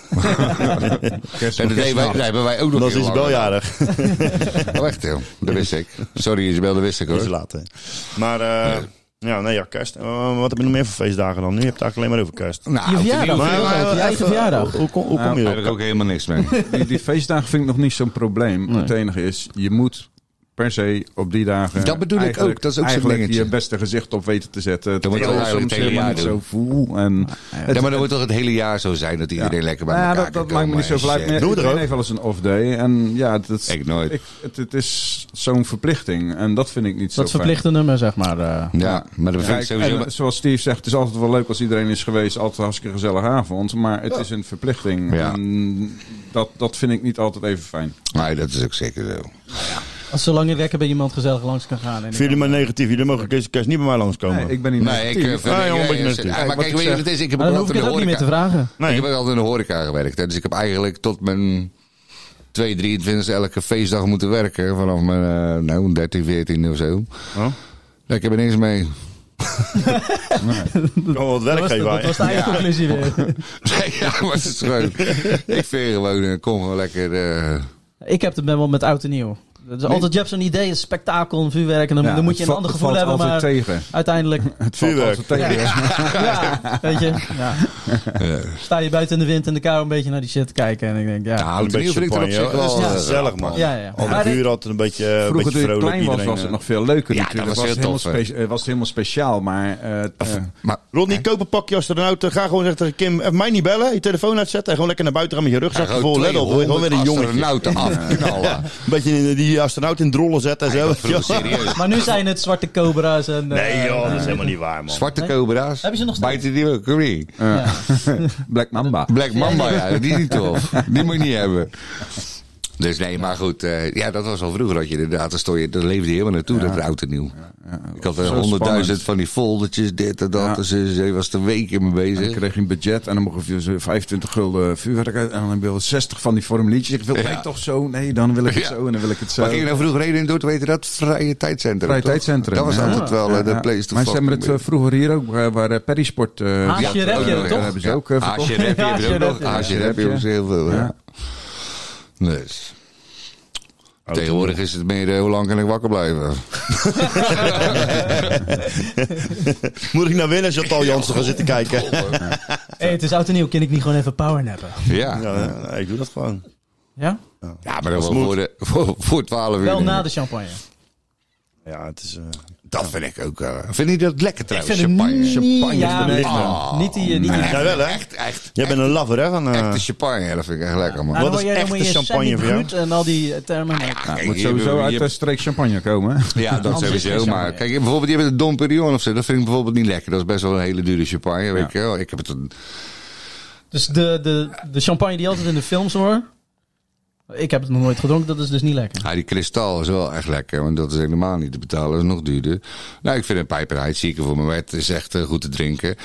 Speaker 5: En dat deden wij- dat hebben wij ook nog
Speaker 2: Dat is
Speaker 5: heel lang
Speaker 2: Isabel jarig.
Speaker 5: gedaan. Oh, echt, joh. Dat wist ik. Sorry, Isabel, dat wist ik
Speaker 2: Iets
Speaker 5: hoor.
Speaker 2: later. Maar eh, ja, nee, ja, kerst. Eh, wat heb je nog meer voor feestdagen dan? Nu heb je het eigenlijk alleen maar over kerst. eh,
Speaker 5: Nou,
Speaker 3: Je verjaardag.
Speaker 5: opnieuw.
Speaker 3: Maar-
Speaker 5: Daar
Speaker 3: je eigen
Speaker 2: even,
Speaker 3: verjaardag.
Speaker 2: Hoe, kom- hoe kom
Speaker 6: Nou,
Speaker 2: je
Speaker 5: heb ik
Speaker 2: erop?
Speaker 5: ook helemaal niks mee.
Speaker 6: Die, die feestdagen vind ik nog niet zo'n probleem.
Speaker 3: Nee.
Speaker 6: Het enige is, je moet per se op die dagen...
Speaker 5: Dat bedoel ik
Speaker 6: eigenlijk-
Speaker 5: ook, dat is ook zo'n
Speaker 6: eigenlijk
Speaker 5: dingetje.
Speaker 6: je beste gezicht op weten te zetten.
Speaker 5: Dat wordt
Speaker 6: Terwijl
Speaker 5: wel eigenlijk
Speaker 6: soms
Speaker 5: het hele
Speaker 6: helemaal
Speaker 5: jaar
Speaker 6: niet zo voel. En
Speaker 5: Ja, maar dat moet toch het hele jaar zo zijn dat iedereen
Speaker 6: Ja.
Speaker 5: lekker bij
Speaker 6: Nou ja,
Speaker 5: elkaar
Speaker 6: dat, dat maakt me niet zo blij.
Speaker 5: blij.
Speaker 6: meer.
Speaker 2: Doe er
Speaker 6: Iedereen
Speaker 2: ook.
Speaker 6: heeft wel eens een off day. En ja, dat is,
Speaker 5: Ik nooit.
Speaker 6: ik- het, het is zo'n verplichting. En dat vind ik niet zo
Speaker 3: Dat
Speaker 6: fijn.
Speaker 3: verplichte nummer, zeg maar. eh.
Speaker 5: Ja, maar dat vind ik
Speaker 6: Kijk, en,
Speaker 5: sowieso...
Speaker 6: eh, zoals Steve zegt, het is altijd wel leuk als iedereen is geweest. Altijd een hartstikke gezellige avond. Maar het is een verplichting.
Speaker 5: Ja.
Speaker 6: En dat, dat vind ik niet altijd even fijn.
Speaker 5: Nee, dat is ook zeker zo.
Speaker 3: Als zolang je lekker bij iemand gezellig langs kan gaan. En
Speaker 2: Vinden jullie maar negatief? Jullie mogen deze kerst niet bij mij langskomen.
Speaker 6: Nee, ik ben niet
Speaker 5: Nee, ik eh, vind...
Speaker 2: Ah,
Speaker 5: ik-
Speaker 2: joh, een beetje
Speaker 5: eh,
Speaker 2: negatief.
Speaker 5: eh, Maar
Speaker 6: Kijk, wat
Speaker 5: kijk,
Speaker 6: ik
Speaker 5: weet je
Speaker 6: zeg.
Speaker 5: wat het is? Ik heb
Speaker 3: Maar dan hoef ik
Speaker 5: altijd
Speaker 3: het
Speaker 5: in
Speaker 3: ook
Speaker 5: de
Speaker 3: niet meer te
Speaker 5: horeca-
Speaker 3: vragen.
Speaker 2: Nee.
Speaker 5: Ik heb ook altijd in de horeca gewerkt. hè. Dus ik heb eigenlijk tot mijn 2, 23 elke feestdag moeten werken. Vanaf mijn eh, nou, 13, 14 of zo.
Speaker 2: Oh.
Speaker 5: Ja, ik heb er niks mee.
Speaker 2: Ik kan wel
Speaker 3: Dat
Speaker 2: wat werk
Speaker 3: was, de-
Speaker 2: geven.
Speaker 3: dat was de eigen conclusie weer.
Speaker 5: Nee, ja, maar het is gewoon... ik vind gewoon, eh, kom gewoon lekker... eh,
Speaker 3: Ik heb het wel met oud en nieuw. Dat is altijd, je hebt zo'n idee, een spektakel, een vuurwerk. En dan,
Speaker 5: eh,
Speaker 6: Ja,
Speaker 3: dan moet je
Speaker 6: het
Speaker 3: een
Speaker 6: valt-
Speaker 3: ander
Speaker 6: het
Speaker 3: gevoel
Speaker 6: valt
Speaker 3: hebben, maar
Speaker 6: altijd tegen.
Speaker 3: uiteindelijk...
Speaker 6: Het valt
Speaker 2: Vuurwerk.
Speaker 6: altijd tegen.
Speaker 3: ja, weet je. Ja. Sta je buiten in de wind en de kou een beetje naar die shit te kijken. En ik denk, ja.
Speaker 5: nou, het vind ik er op zich
Speaker 2: joh. Dat
Speaker 5: wel...
Speaker 2: is
Speaker 5: eh,
Speaker 2: gezellig, man.
Speaker 3: Ja, ja.
Speaker 2: Al
Speaker 3: Maar
Speaker 2: de
Speaker 3: dit-
Speaker 2: buren altijd een beetje, eh, een beetje
Speaker 6: Vroeger toen ik
Speaker 2: vrolijk.
Speaker 6: klein was,
Speaker 2: iedereen,
Speaker 6: was het
Speaker 2: eh.
Speaker 6: nog veel leuker
Speaker 5: Ja,
Speaker 6: natuurlijk.
Speaker 5: dat was heel
Speaker 6: helemaal
Speaker 5: tof, hè.
Speaker 6: spe- eh, was helemaal speciaal. Maar eh, t- eh,
Speaker 5: Maar
Speaker 2: Ronnie, koop een pakje astronaut. Ga gewoon zeggen tegen Kim, eh, mij niet bellen. Je telefoon uitzetten en gewoon lekker naar buiten gaan met je rugzak
Speaker 5: gewoon
Speaker 2: vol. Let op, hoor. gewoon weer een
Speaker 5: 200
Speaker 2: jongetje.
Speaker 5: astronauten afknallen.
Speaker 2: Een beetje die astronaut in het rollen zetten en zo.
Speaker 5: Dat vroeg serieus.
Speaker 3: Maar nu zijn het zwarte cobra's en... eh,
Speaker 2: Nee joh, dat is helemaal niet waar man.
Speaker 5: Zwarte cobra's.
Speaker 3: Hebben ze nog steeds?
Speaker 5: Bijten die ook, Corrie.
Speaker 6: Black Mamba.
Speaker 5: Black Mamba, ja, die is niet tof. Die moet je niet hebben. Dus nee, maar goed. eh, ja, dat was al vroeger. Dat je inderdaad, daar, stond je, daar leefde je helemaal naartoe, dat oud en nieuw. ik had
Speaker 6: Zo
Speaker 5: honderdduizend
Speaker 6: spannend.
Speaker 5: van die foldertjes, dit en dat.
Speaker 6: Ja.
Speaker 5: Dus eh, je was de week in me
Speaker 6: En dan
Speaker 5: bezig.
Speaker 6: kreeg je een budget en dan mocht je zo'n 25 gulden vuurwerk uit. En dan wil je 60 van die formuliertjes. Ik wil
Speaker 5: Ja.
Speaker 6: nee, toch zo. Nee, dan wil ik het
Speaker 5: Ja.
Speaker 6: zo en dan wil ik het zo.
Speaker 5: Waar ging je nou vroeger reden in door te weten dat? Vrije tijdcentrum.
Speaker 6: Vrije
Speaker 5: toch?
Speaker 6: tijdcentrum,
Speaker 5: Dat was
Speaker 6: ja.
Speaker 5: altijd wel eh, de place to
Speaker 6: maar ze hebben het eh,
Speaker 5: fucking
Speaker 6: vroeger hier ook, eh, waar eh, Perisport... eh,
Speaker 3: Haasje
Speaker 5: be.
Speaker 3: repje,
Speaker 5: Ja, ook nog,
Speaker 3: toch?
Speaker 5: ja,
Speaker 6: Hebben ze ook, eh, verkocht.
Speaker 5: Haasje repje hebben ze
Speaker 3: Haasje
Speaker 5: ook nog.
Speaker 3: repje.
Speaker 5: Haasje repje hebben ze heel veel. ja.
Speaker 6: Ja.
Speaker 5: Dus. Tegenwoordig is het meer eh, hoe lang kan ik wakker blijven?
Speaker 2: Moet ik naar winnen als Chantal Jansen gaan zitten kijken?
Speaker 3: Hey, het is oud en nieuw, kan ik niet gewoon even powernappen?
Speaker 5: Ja.
Speaker 2: Ja, nee, ik doe dat gewoon.
Speaker 3: Ja?
Speaker 5: Ja, maar dan wel voor, de, voor, voor 12 uur.
Speaker 3: Wel na de champagne.
Speaker 2: Ja, het is... eh,
Speaker 5: Dat vind ik ook. eh, vind je dat lekker
Speaker 3: Ik
Speaker 5: trouwens?
Speaker 3: vind hem
Speaker 5: champagne.
Speaker 3: niet... Ja,
Speaker 6: beneden.
Speaker 5: Ah,
Speaker 3: niet die... Niet die
Speaker 5: nee.
Speaker 2: Jij wel, hè?
Speaker 5: Echt, echt.
Speaker 2: Jij bent een lover, hè? Van, eh,
Speaker 5: Echte champagne, ja, dat vind ik echt lekker, man.
Speaker 3: Nou, dan
Speaker 2: Wat is
Speaker 3: word je- dan word
Speaker 2: echt de
Speaker 3: je
Speaker 2: champagne voor jou?
Speaker 3: semi-bruut En al die eh, termen.
Speaker 6: Ja, het
Speaker 5: Kijk,
Speaker 6: moet
Speaker 5: je-
Speaker 6: sowieso
Speaker 5: je-
Speaker 6: uit de streek champagne komen. hè?
Speaker 5: Ja, dat
Speaker 3: Anders is
Speaker 5: sowieso.
Speaker 3: geen
Speaker 5: Maar
Speaker 3: champagne.
Speaker 5: kijk, bijvoorbeeld, je hebt een Dom Perignon of zo. Dat vind ik bijvoorbeeld niet lekker. Dat is best wel een hele dure champagne, weet je wel. Ik heb het een...
Speaker 3: Dus de, de, de champagne die je altijd in de films hoor. Ik heb het nog nooit gedronken, dat is dus niet lekker.
Speaker 5: Ja, Nou, die kristal is wel echt lekker, want dat is helemaal niet te betalen. Dat is nog duurder. Nou, ik vind een pijperheid zieken voor me. maar Het is echt eh, goed te drinken.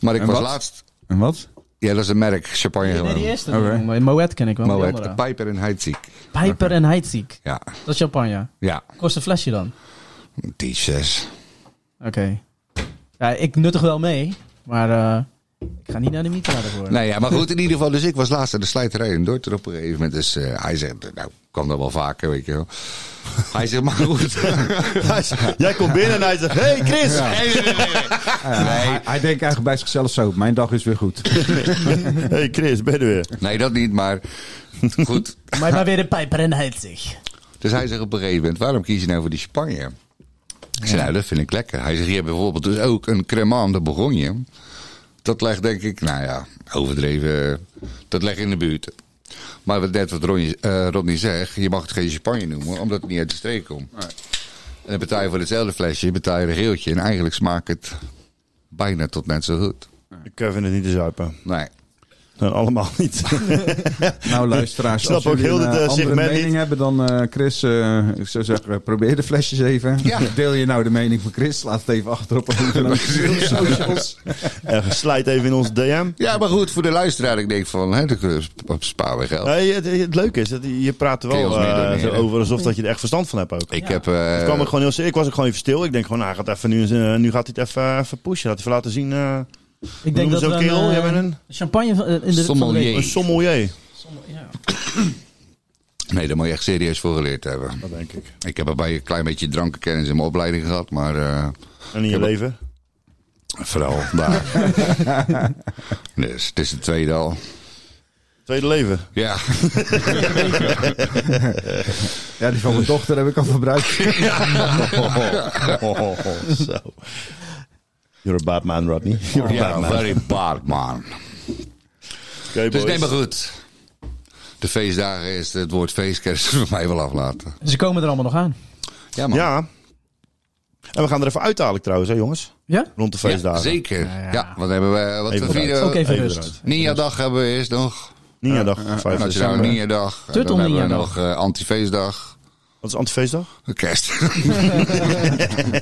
Speaker 5: Maar ik
Speaker 6: En
Speaker 5: was
Speaker 6: wat?
Speaker 5: laatst...
Speaker 6: En wat?
Speaker 5: Ja, dat is een merk, champagne
Speaker 3: Nee, die
Speaker 5: gewoon.
Speaker 3: eerste.
Speaker 6: Oké.
Speaker 3: maar Moet ken ik wel. maar die
Speaker 5: Moet,
Speaker 3: andere.
Speaker 5: Pijper en Heidziek.
Speaker 3: Pijper en Heidziek.
Speaker 5: Ja,
Speaker 3: Dat is champagne.
Speaker 5: ja.
Speaker 3: Kost een flesje dan?
Speaker 5: Die zes.
Speaker 3: Oké. Ja, ik nuttig wel mee, maar eh, ik ga niet naar de mieter daarvoor.
Speaker 5: Nou ja, maar goed, in ieder geval. Dus ik was laatst aan de slijterij in Dordt op een gegeven moment. Dus eh, hij zegt, nou, kwam dat wel vaker, weet je wel. Hij zegt, maar goed.
Speaker 2: Hij zegt- Jij komt binnen en hij zegt, hey Chris!
Speaker 5: Nee, nee, nee, nee.
Speaker 6: Hij, hij denkt eigenlijk bij zichzelf zo, mijn dag is weer goed.
Speaker 2: Hey Chris, ben je er weer?
Speaker 5: Nee, dat niet, maar goed.
Speaker 3: Maar maar weer een pijper en heilt zich.
Speaker 5: Dus hij zegt op een gegeven moment, waarom kies je nou voor die Spanje? Ik zei, nou, dat vind ik lekker. Hij zegt, je hebt bijvoorbeeld dus ook een cremant de Bourgogne. Dat legt denk ik, nou ja, overdreven, eh, dat legt in de buurt. Maar wat net wat Ronnie, eh, Rodney zegt, je mag het geen Spanje noemen, omdat het niet uit de streek komt. En dan betaal je voor hetzelfde flesje, betaal je een geeltje. En eigenlijk smaakt het bijna tot net zo goed.
Speaker 2: Ik eh, vind het niet te zuipen.
Speaker 5: Nee.
Speaker 2: Nou, allemaal niet.
Speaker 6: Nou luisteraars,
Speaker 2: Snap
Speaker 6: als
Speaker 2: ook
Speaker 6: jullie
Speaker 2: heel
Speaker 6: een
Speaker 2: dit,
Speaker 6: eh,
Speaker 2: eh,
Speaker 6: andere
Speaker 2: segment
Speaker 6: mening
Speaker 2: niet.
Speaker 6: hebben dan eh, Chris, eh, ik zou zeggen, probeer de flesjes even.
Speaker 5: Ja.
Speaker 6: Deel je nou de mening van Chris, laat het even achter op onze socials.
Speaker 2: Eh, slijt even in onze DM.
Speaker 5: Ja, maar goed, voor de luisteraar, ik denk van, hè, dan spaar we geld.
Speaker 2: Nee, het, het leuke is, dat je je praat er
Speaker 5: Oh. Kun je
Speaker 2: wel
Speaker 5: ons meedoen,
Speaker 2: eh, zo
Speaker 5: hè?
Speaker 2: over alsof dat je er echt verstand van hebt ook.
Speaker 5: Ik heb... eh,
Speaker 2: Het kwam ook gewoon heel, ser- ik was ook gewoon even stil. Ik denk gewoon, nou, hij gaat even nu, eh, nu gaat hij het even, eh, even pushen. Laat hij even laten zien. eh
Speaker 3: Ik
Speaker 2: noemen ze ook
Speaker 3: we
Speaker 2: kerel?
Speaker 3: eh,
Speaker 2: Jij bent een-
Speaker 3: champagne van, eh, in de
Speaker 5: Sommelier.
Speaker 3: van de
Speaker 2: een sommelier.
Speaker 3: week- Ja.
Speaker 5: Nee, daar moet je echt serieus voor geleerd hebben.
Speaker 2: Dat denk ik.
Speaker 5: Ik heb erbij een klein beetje drankenkennis in mijn opleiding gehad, maar eh,
Speaker 2: En in je
Speaker 5: heb ook-
Speaker 2: leven.
Speaker 5: vooral daar. dus het is een tweede al.
Speaker 2: Tweede leven.
Speaker 5: Ja,
Speaker 6: Ja, die van mijn dochter heb ik al verbruikt.
Speaker 5: Oh,
Speaker 2: Zo. You're a bad man, Rodney. You're a
Speaker 5: ja
Speaker 2: bad man.
Speaker 5: very bad man.
Speaker 2: Okay,
Speaker 5: Dus
Speaker 2: boys.
Speaker 5: neem maar goed. De feestdagen is het woord feest, kunnen ze voor mij wel aflaten.
Speaker 3: Ze komen er allemaal nog aan.
Speaker 5: Ja, man.
Speaker 2: Ja. En we gaan er even uithalen trouwens, hè jongens.
Speaker 3: Ja?
Speaker 2: Rond de
Speaker 5: Ja,
Speaker 2: feestdagen.
Speaker 5: zeker. Ja,
Speaker 3: ja.
Speaker 5: wat hebben we? Wat
Speaker 2: Even
Speaker 5: we
Speaker 2: eruit.
Speaker 5: vieren?
Speaker 3: Ook even
Speaker 2: eh, Even
Speaker 3: rust.
Speaker 2: eruit.
Speaker 5: Nia-dag hebben we eerst nog.
Speaker 2: Nia-dag, 5
Speaker 5: Nationale
Speaker 2: december.
Speaker 5: Nia-dag. En
Speaker 3: Turtle
Speaker 5: Dan hebben we
Speaker 3: Nia-dag.
Speaker 5: nog eh, antifeestdag.
Speaker 2: Wat is antifeestdag?
Speaker 5: Kerst.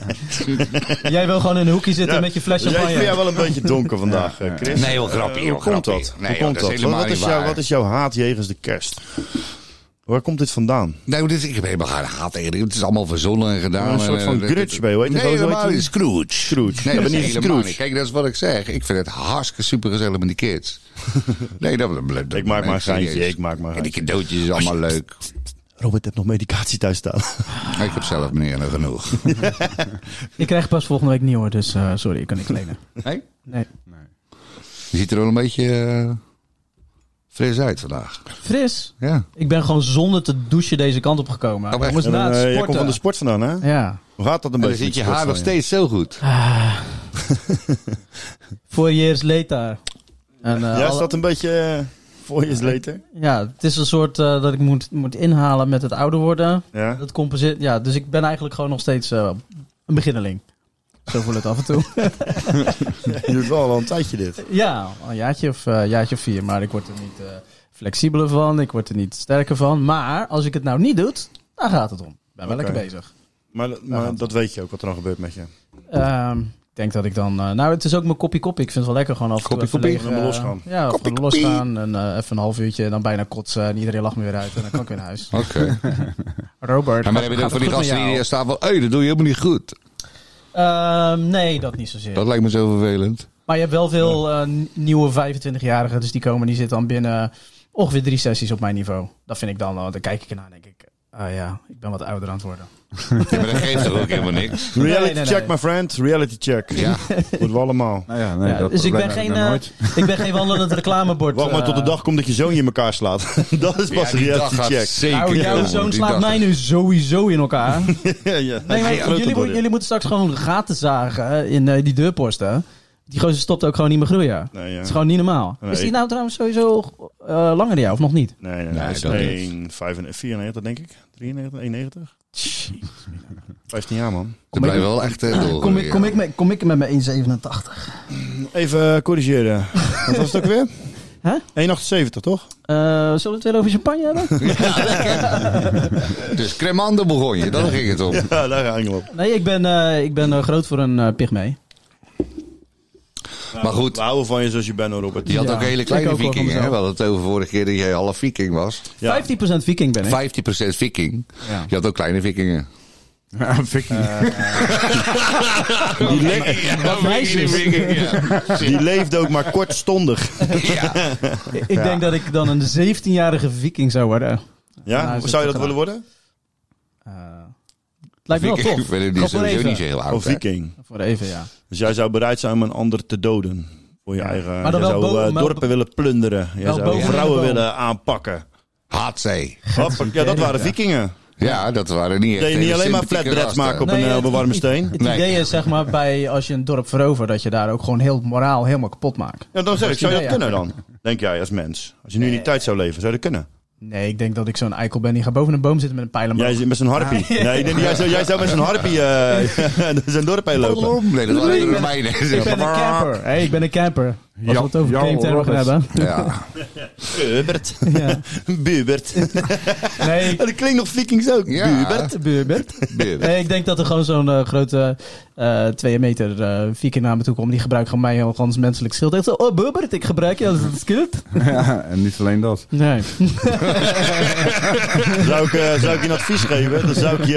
Speaker 3: Jij wil gewoon in een hoekje zitten met je fles
Speaker 2: Dus jij- Ik
Speaker 3: champagne.
Speaker 2: vind jou wel een beetje donker vandaag, eh, Chris.
Speaker 5: Nee, joh, grapje,
Speaker 2: Eh,
Speaker 5: joh,
Speaker 2: Hoe komt
Speaker 5: grapje.
Speaker 2: dat?
Speaker 5: Nee,
Speaker 2: Hoe
Speaker 5: joh,
Speaker 2: komt
Speaker 5: dat is
Speaker 2: dat?
Speaker 5: helemaal
Speaker 2: Wat is
Speaker 5: niet
Speaker 2: jouw-
Speaker 5: waar.
Speaker 2: Wat is jouw haat jegens de kerst? Waar komt dit vandaan?
Speaker 5: Nou, dit, ik heb helemaal geen haat tegen. Het is allemaal verzonnen en gedaan.
Speaker 2: Een soort van
Speaker 5: En, eh, dit-
Speaker 2: grudge ben je, hoe heet
Speaker 5: Nee,
Speaker 2: dat ook, hoe
Speaker 5: helemaal
Speaker 2: heet
Speaker 5: niet.
Speaker 2: die?
Speaker 5: Scrooge.
Speaker 2: Scrooge.
Speaker 5: Nee,
Speaker 2: Ja,
Speaker 5: dat is
Speaker 2: maar niet
Speaker 5: helemaal
Speaker 2: Scrooge.
Speaker 5: niet. Kijk, dat is wat ik zeg. Ik vind het hartstikke supergezellig met die kids. Nee, dat... dat, dat
Speaker 2: Ik maak maar een
Speaker 5: serieus.
Speaker 2: geintje, ik maak maar een
Speaker 5: En die cadeautjes is allemaal leuk.
Speaker 2: Robert heeft nog medicatie thuis staan.
Speaker 5: Ik heb zelf meneer nog genoeg.
Speaker 3: Ik krijg pas volgende week nieuw hoor, dus eh, sorry, ik kan niet kleden.
Speaker 5: Nee?
Speaker 3: Nee.
Speaker 5: Je ziet er wel een beetje eh, fris uit vandaag.
Speaker 3: Fris,
Speaker 5: Ja.
Speaker 3: ik ben gewoon zonder te douchen deze kant op gekomen.
Speaker 5: Oh, Ah, echt? Oh,
Speaker 3: ik moest
Speaker 2: En
Speaker 3: na
Speaker 2: dan,
Speaker 3: het
Speaker 2: eh,
Speaker 3: sporten.
Speaker 2: jij komt van de sport vandaan, hè?
Speaker 3: Ja.
Speaker 2: Hoe gaat dat een
Speaker 5: En dan
Speaker 2: beetje?
Speaker 5: zit je
Speaker 2: met sport
Speaker 5: haar nog
Speaker 2: van je?
Speaker 5: steeds zo goed.
Speaker 3: Four years later. En, eh,
Speaker 2: Ja, is
Speaker 3: alle-
Speaker 2: dat een beetje eh, voor je later?
Speaker 3: ja, het is een soort eh, dat ik moet, moet inhalen met het ouder worden.
Speaker 2: Ja.
Speaker 3: Dat compenseert, ja, dus ik ben eigenlijk gewoon nog steeds eh, een beginneling. Zo voelt het af en toe.
Speaker 2: Je doet wel al een tijdje dit.
Speaker 3: ja, al een jaartje of, eh, jaartje of vier, maar ik word er niet eh, flexibeler van, ik word er niet sterker van. Maar als ik het nou niet doe, dan gaat het om. Ik ben wel
Speaker 2: Oké.
Speaker 3: lekker bezig.
Speaker 2: Maar,
Speaker 3: gaat
Speaker 2: maar
Speaker 3: het.
Speaker 2: dat weet je ook, wat er dan gebeurt met je.
Speaker 3: Ehm, ik denk dat ik dan... eh, nou, het is ook mijn kopje kopje. Ik vind het wel lekker gewoon af en toe
Speaker 5: Koppie
Speaker 3: even
Speaker 5: koppie.
Speaker 3: leeg, eh,
Speaker 2: Helemaal losgaan.
Speaker 3: Ja, of gewoon losgaan. En eh, even een half uurtje en dan bijna kotsen. En iedereen lacht me weer uit. En dan kan ik weer naar huis.
Speaker 5: Oké.
Speaker 3: Robert,
Speaker 5: En maar hebben we ook van die gasten die hier staan van... Hé, dat doe je helemaal niet goed.
Speaker 3: Ehm, nee, dat niet zozeer.
Speaker 5: Dat lijkt me zo vervelend.
Speaker 3: Maar je hebt wel veel eh, n- nieuwe 25-jarigen. Dus die komen, die zitten dan binnen eh, ongeveer drie sessies op mijn niveau. Dat vind ik dan, eh, dan kijk ik ernaar en denk ik... Ah ja, ik ben wat ouder aan het worden.
Speaker 5: Ja, maar dat geeft toch ook helemaal niks.
Speaker 2: Reality
Speaker 3: nee, nee.
Speaker 2: check, my friend. Reality check.
Speaker 5: Ja.
Speaker 2: Moeten we allemaal.
Speaker 6: Nou ja, nee,
Speaker 3: Ja,
Speaker 6: dat
Speaker 3: dus ik
Speaker 6: probleem
Speaker 3: ben,
Speaker 6: heb nou
Speaker 3: geen,
Speaker 6: nog
Speaker 3: eh,
Speaker 6: nooit.
Speaker 3: ik ben geen wandelend reclamebord.
Speaker 2: Wacht maar
Speaker 3: eh,
Speaker 2: tot de dag komt dat je zoon je in elkaar slaat. dat is pas
Speaker 5: Ja,
Speaker 2: een
Speaker 5: die dag
Speaker 2: reality
Speaker 5: gaat
Speaker 2: check.
Speaker 5: zeker
Speaker 3: Nou, jouw
Speaker 5: komen.
Speaker 3: zoon
Speaker 5: eh, Die
Speaker 3: slaat
Speaker 5: dag
Speaker 3: mij nu sowieso in elkaar.
Speaker 2: ja, ja.
Speaker 3: Nee, maar
Speaker 2: Hij groter
Speaker 3: jullie,
Speaker 2: door
Speaker 3: moeten-
Speaker 2: je.
Speaker 3: jullie moeten straks gewoon gaten zagen hè, in eh, die deurposten. Die gozer stopt ook gewoon niet meer groeien. Het
Speaker 2: Nee, ja.
Speaker 3: is gewoon niet normaal.
Speaker 2: Nee.
Speaker 3: Is die nou trouwens sowieso eh, langer dan jou of nog niet?
Speaker 2: nee, nee, nee.
Speaker 5: Nee,
Speaker 2: dat is
Speaker 5: dat niet.
Speaker 2: 1, 95, 94 denk ik. 93, 91. 15 jaar, man.
Speaker 5: Dan blijf je wel echt eh, door.
Speaker 3: Ah, Kom ik, kom ik, met, kom ik met mijn 1,87?
Speaker 2: Even eh, corrigeren. Wat was het ook weer?
Speaker 3: Huh?
Speaker 2: 1,78, toch?
Speaker 3: Eh, zullen we het weer over champagne hebben?
Speaker 5: Ja, lekker. Dus cremande begon je, daar ging het om.
Speaker 2: Ja, daar ga ik op.
Speaker 3: nee, ik ben, eh, ik ben eh, groot voor een eh pygmee.
Speaker 5: Maar goed,
Speaker 2: We houden van je zoals je bent, hoor, Robert.
Speaker 5: je had
Speaker 3: Ja,
Speaker 5: ook hele
Speaker 3: ik
Speaker 5: kleine
Speaker 3: ook wel van
Speaker 5: vikingen. hè?
Speaker 3: mezelf.
Speaker 5: We hadden het over vorige keer dat jij half viking was.
Speaker 2: Ja.
Speaker 3: 15% viking ben ik.
Speaker 5: 15% viking.
Speaker 3: Ja.
Speaker 5: Je had ook kleine vikingen.
Speaker 6: Ja, Vicky.
Speaker 5: Die
Speaker 3: meisjes.
Speaker 2: Die leefde ook maar kortstondig.
Speaker 3: Ik denk dat ik dan een 17-jarige viking zou worden.
Speaker 2: Ja?
Speaker 3: Nou, is het
Speaker 2: Zou je
Speaker 3: gedaan.
Speaker 2: dat willen worden?
Speaker 3: Eh, het lijkt me wel
Speaker 5: Viking-
Speaker 3: tof.
Speaker 5: Willem, die
Speaker 3: Nog
Speaker 5: is
Speaker 3: voor
Speaker 5: sowieso
Speaker 3: even.
Speaker 5: niet zo heel oud.
Speaker 2: Of
Speaker 5: hè?
Speaker 2: Oh, viking?
Speaker 3: Voor even, ja.
Speaker 2: Dus jij zou bereid zijn om een ander te doden. Voor je eigen...
Speaker 3: dan
Speaker 2: jij
Speaker 3: wel
Speaker 2: zou
Speaker 3: boven-
Speaker 2: eh,
Speaker 3: wel-
Speaker 2: dorpen willen plunderen. Jij
Speaker 3: wel
Speaker 2: zou
Speaker 3: boven de
Speaker 2: vrouwen
Speaker 3: boom.
Speaker 2: willen aanpakken.
Speaker 5: Hatzee.
Speaker 2: Hoppakee, Ja, dat waren vikingen.
Speaker 5: Ja, dat waren niet echt
Speaker 2: Dat je niet
Speaker 5: hele
Speaker 2: alleen maar
Speaker 5: sympathieke
Speaker 2: flatbreads
Speaker 5: gasten.
Speaker 2: maken op
Speaker 3: Nee,
Speaker 2: een, eh, op een
Speaker 3: het-
Speaker 2: warme steen.
Speaker 3: Het
Speaker 5: Nee.
Speaker 3: idee is zeg maar bij als je een dorp verovert dat je daar ook gewoon heel het moraal helemaal kapot maakt.
Speaker 2: Ja, dan zeg ik,
Speaker 3: is het
Speaker 2: zou je dat
Speaker 3: idee,
Speaker 2: kunnen dan? Denk jij als mens? Als je nu in die tijd zou leven, zou je dat kunnen?
Speaker 3: Nee, ik denk dat ik zo'n eikel ben die gaat boven een boom zitten met een pijlenboom.
Speaker 2: Jij zit met zo'n harpie. Nee, ik denk, jij, zou, jij zou met zo'n harpie eh zijn dorp heen lopen.
Speaker 5: Nee, dat waren de Romeinen.
Speaker 3: Ik ben een camper. Hey, ik ben een camper. Als
Speaker 6: Ja,
Speaker 3: we het over
Speaker 6: ja,
Speaker 3: game termen gaan
Speaker 6: Robert.
Speaker 3: hebben.
Speaker 5: Ja.
Speaker 2: Bubert.
Speaker 3: Ja.
Speaker 2: Bubert.
Speaker 3: Nee,
Speaker 2: Dat klinkt nog vikings ook.
Speaker 5: Ja.
Speaker 2: Bubert.
Speaker 3: Bubert. Nee, Eh, ik denk dat er gewoon zo'n eh, grote eh, twee meter eh viking naar me toe komt. Die gebruikt gewoon mij heel als menselijk schild. Echt zo, oh Bubert, ik gebruik je als een schild.
Speaker 6: Ja, en niet alleen dat.
Speaker 3: Nee.
Speaker 2: Zou ik, eh, zou ik je een advies geven? Dan zou ik je...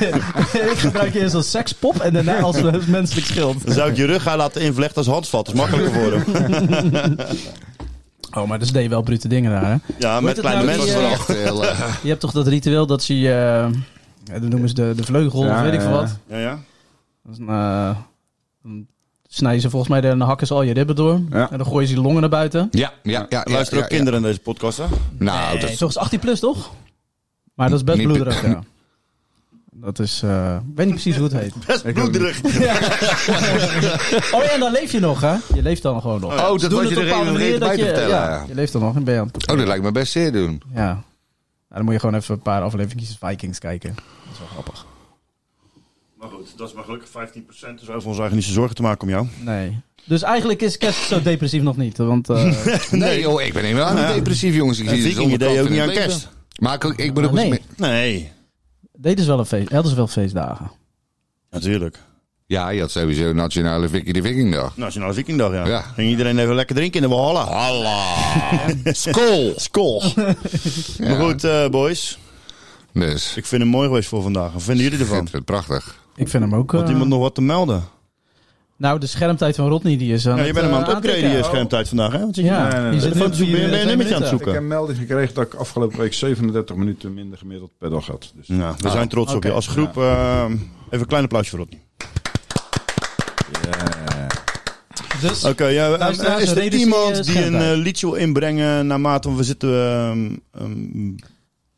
Speaker 2: eh,
Speaker 3: ik gebruik je eerst als sekspop en daarna als eh, menselijk schild.
Speaker 2: Dan zou ik je rug gaan laten invlechten als handvat. Dat is makkelijker voor hem.
Speaker 3: Oh, maar dus deed je wel brute dingen daar, hè?
Speaker 2: Ja, met
Speaker 3: het
Speaker 2: kleine
Speaker 3: nou
Speaker 5: Dat
Speaker 2: mensen.
Speaker 5: was
Speaker 3: die,
Speaker 5: wel
Speaker 3: eh,
Speaker 5: echt heel... eh,
Speaker 3: Je hebt toch dat ritueel dat ze je... eh, ja, dan noemen ze de, de vleugel
Speaker 6: Ja,
Speaker 3: of weet ik veel
Speaker 6: ja, ja.
Speaker 3: wat.
Speaker 2: Ja, ja.
Speaker 3: Dat is een, eh, dan snijden ze volgens mij, de- dan hakken ze al je ribben door.
Speaker 6: Ja.
Speaker 3: En dan gooien ze je longen naar buiten.
Speaker 5: Ja, ja, ja. ja,
Speaker 2: Luister
Speaker 5: ja,
Speaker 2: ook
Speaker 5: ja.
Speaker 2: kinderen in deze podcast, hè?
Speaker 5: Nou, dat
Speaker 3: Nee, toch is 18 plus, toch? Maar dat is best
Speaker 5: Niet-
Speaker 3: bloederig, ja. Dat is... eh, ik weet niet precies hoe het heet.
Speaker 2: Best bloederig.
Speaker 3: Oh ja, en dan leef je nog, hè? Je leeft dan gewoon nog.
Speaker 5: Oh,
Speaker 3: Doen
Speaker 5: dat was
Speaker 3: het
Speaker 5: je
Speaker 3: op
Speaker 5: er
Speaker 3: een
Speaker 5: even
Speaker 3: bepaalde
Speaker 5: vergeten bij
Speaker 3: manier
Speaker 5: te
Speaker 3: dat je-
Speaker 5: vertellen.
Speaker 3: Ja, je leeft dan nog en ben je aan het-
Speaker 5: Oh, dat lijkt me best zeer doen.
Speaker 3: Ja. Nou, dan moet je gewoon even een paar afleveringen Vikings kijken. Dat is wel grappig.
Speaker 2: Maar goed, dat is maar gelukkig 15%. Dus wij hoeven ons eigenlijk niet zo zorgen te maken om jou.
Speaker 3: Nee. Dus eigenlijk is kerst zo depressief nog niet. Want eh,
Speaker 5: Nee, joh, ik ben helemaal niet depressief, jongens. Ik
Speaker 2: En
Speaker 5: zie de
Speaker 2: vikingen deed je
Speaker 5: zonneklappen
Speaker 2: ook niet
Speaker 5: in
Speaker 2: aan
Speaker 5: het leven.
Speaker 2: kerst.
Speaker 5: Maar ik, ik ben ook
Speaker 3: Oh, Nee.
Speaker 5: eens met-
Speaker 2: Nee.
Speaker 3: deden ze wel een feest, hadden ze wel feestdagen.
Speaker 2: Natuurlijk.
Speaker 5: Ja, je had sowieso Nationale Viking de Vikingdag.
Speaker 2: Nationale Vikingdag, ja.
Speaker 5: Ja.
Speaker 2: Ging iedereen even lekker drinken in de Walhalla.
Speaker 5: Allah! Skol!
Speaker 2: Skol. Maar goed, eh, boys.
Speaker 5: Dus,
Speaker 2: Ik vind hem mooi geweest voor vandaag. Wat vinden jullie
Speaker 5: ik
Speaker 2: ervan?
Speaker 5: vind het prachtig.
Speaker 3: Ik vind hem ook...
Speaker 2: Had
Speaker 3: eh,
Speaker 2: iemand nog wat te melden?
Speaker 3: Nou, de schermtijd van Rodney die is aan
Speaker 2: Ja, je bent hem aan
Speaker 3: eh,
Speaker 2: het upgraden, je
Speaker 3: aantikken.
Speaker 2: schermtijd vandaag, hè? Want je
Speaker 3: Ja,
Speaker 6: Nee, nee, nee.
Speaker 3: die zit nu
Speaker 2: Telefoon-
Speaker 3: op die,
Speaker 2: ben je- ben je
Speaker 3: eh,
Speaker 2: een nummertje aan het
Speaker 3: minuten.
Speaker 6: Ik heb een melding gekregen dat ik afgelopen week 37 minuten minder gemiddeld per dag had. Dus
Speaker 2: Nou, we zijn trots op je.
Speaker 3: oké.
Speaker 2: Als groep, ehm, even een klein applausje voor Rodney.
Speaker 3: Dus
Speaker 2: Oké, ja, ehm,
Speaker 3: Luisteraars,
Speaker 2: is er
Speaker 3: reden zie
Speaker 2: iemand
Speaker 3: je
Speaker 2: die een
Speaker 3: schermtijd.
Speaker 2: eh, liedje wil inbrengen naarmate we zitten ehm, ehm,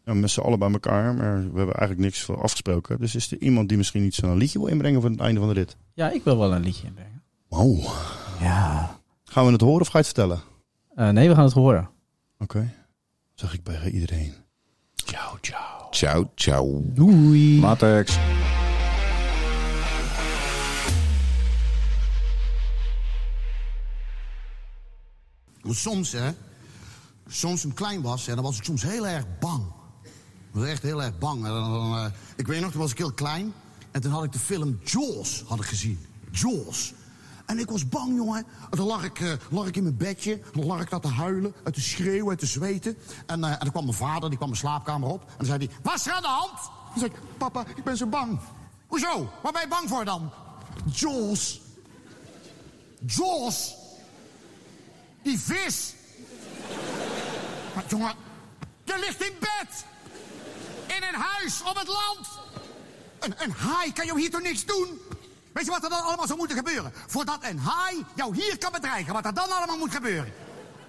Speaker 2: ja, met z'n allen bij elkaar, maar we hebben eigenlijk niks voor afgesproken. Dus is er iemand die misschien iets van een liedje wil inbrengen voor het einde van de rit?
Speaker 3: ja, ik wil wel een liedje inbrengen.
Speaker 2: Wow.
Speaker 3: Ja.
Speaker 2: Gaan we het horen of ga je het vertellen?
Speaker 3: Eh, nee, we gaan het horen.
Speaker 2: Oké. Zeg ik bij iedereen. Ciao, ciao.
Speaker 5: Ciao, ciao.
Speaker 6: Mm.
Speaker 3: Doei.
Speaker 6: Latex.
Speaker 7: Maar soms, hè. Soms toen ik klein was, hè, dan was ik soms heel erg bang. Ik was echt heel erg bang. En dan, dan, eh, ik weet nog, toen was ik heel klein. En toen had ik de film Jaws had ik gezien. Jaws. En ik was bang, jongen. En dan lag ik, eh, lag ik in mijn bedje. En dan lag ik daar te huilen, en te schreeuwen, en te zweten. En, eh, en dan kwam mijn vader, die kwam mijn slaapkamer op. En dan zei hij, was er aan de hand? Toen zei ik, papa, ik ben zo bang. Hoezo? Waar ben je bang voor dan? Jaws. Jaws. Die vis. Maar jongen, er ligt in bed. In een huis op het land. Een, een haai kan jou hier toch niks doen? Weet je wat er dan allemaal zou moeten gebeuren? Voordat een haai jou hier kan bedreigen, wat er dan allemaal moet gebeuren.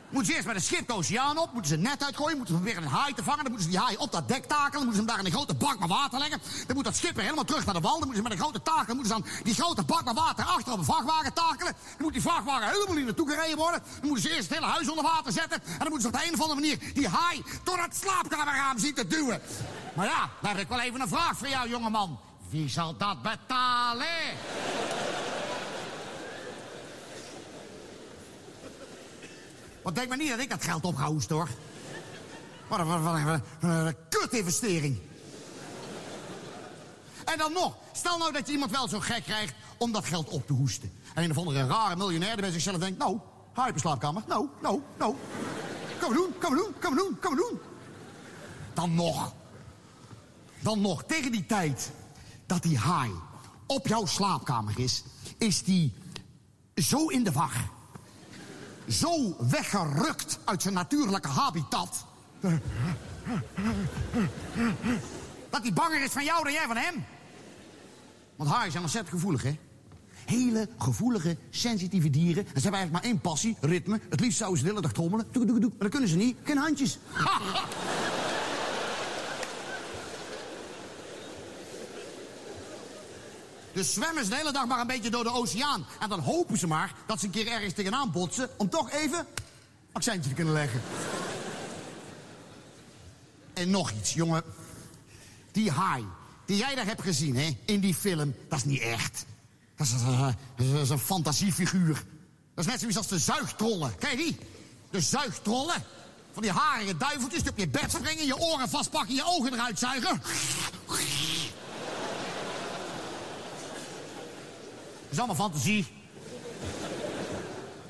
Speaker 7: Moeten ze eerst met een schip de oceaan op, moeten ze een net uitgooien, moeten ze proberen een haai te vangen, dan moeten ze die haai op dat dek takelen, dan moeten ze hem daar in een grote bak met water leggen, dan moet dat schip weer helemaal terug naar de wal, dan moeten ze met een grote takel, dan moeten ze dan die grote bak met water achter op een vrachtwagen takelen, dan moet die vrachtwagen helemaal niet naartoe gereden worden, dan moeten ze eerst het hele huis onder water zetten, en dan moeten ze op de een of andere manier die haai door dat slaapkamerraam zien te duwen. Maar ja, daar heb ik wel even een vraag voor jou, jongeman. Wie zal dat betalen? Want denk maar niet dat ik dat geld op ga hoesten, hoor. Wat een, wat een, wat een- wat een- wat een kutinvestering. En dan nog, stel nou dat je iemand wel zo gek krijgt om dat geld op te hoesten. En een of andere rare miljonair die bij zichzelf denkt... Nou, hyperslaapkamer, nou, nou, nou. Kan we doen, kan we doen, kan we doen, kan we doen. Dan nog. Dan nog, tegen die tijd dat die haai op jouw slaapkamer is... is die zo in de war zo weggerukt uit zijn natuurlijke habitat. banger is van jou dan jij van hem. Want haaien zijn ontzettend gevoelig, hè? Hele gevoelige, sensitieve dieren. En ze hebben eigenlijk maar één passie, ritme. Het liefst zouden ze de hele dag trommelen. Doek, doek, doek. Maar dat kunnen ze niet. Geen handjes. Dus zwemmen ze de hele dag maar een beetje door de oceaan. En dan hopen ze maar dat ze een keer ergens tegenaan botsen... om toch even accentje te kunnen leggen. En nog iets, jongen. Die haai die jij daar hebt gezien, hè, in die film, dat is niet echt. Dat is, dat is- dat is een fantasiefiguur. Dat is net zoiets als de zuigtrollen. Kijk die? De zuigtrollen. Van die harige duiveltjes die op je bed springen, je oren vastpakken, je ogen eruit zuigen. Dat is allemaal fantasie.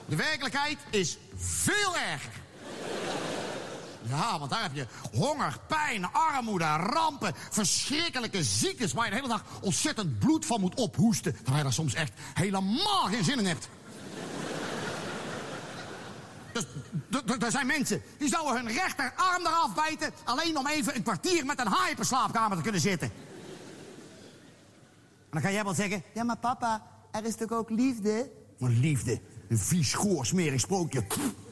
Speaker 7: De werkelijkheid is veel erger. Ja, want daar heb je honger, pijn, armoede, rampen, verschrikkelijke ziektes... waar je de hele dag ontzettend bloed van moet ophoesten... terwijl je daar soms echt helemaal geen zin in hebt. Dus d- d- er zijn mensen die zouden hun rechterarm eraf bijten... alleen om even een kwartier met een haai per slaapkamer te kunnen zitten. En dan ga jij wel zeggen...
Speaker 1: Ja, maar papa, er is toch ook liefde?
Speaker 7: Maar liefde, een vies, goor, smerig sprookje. Pff,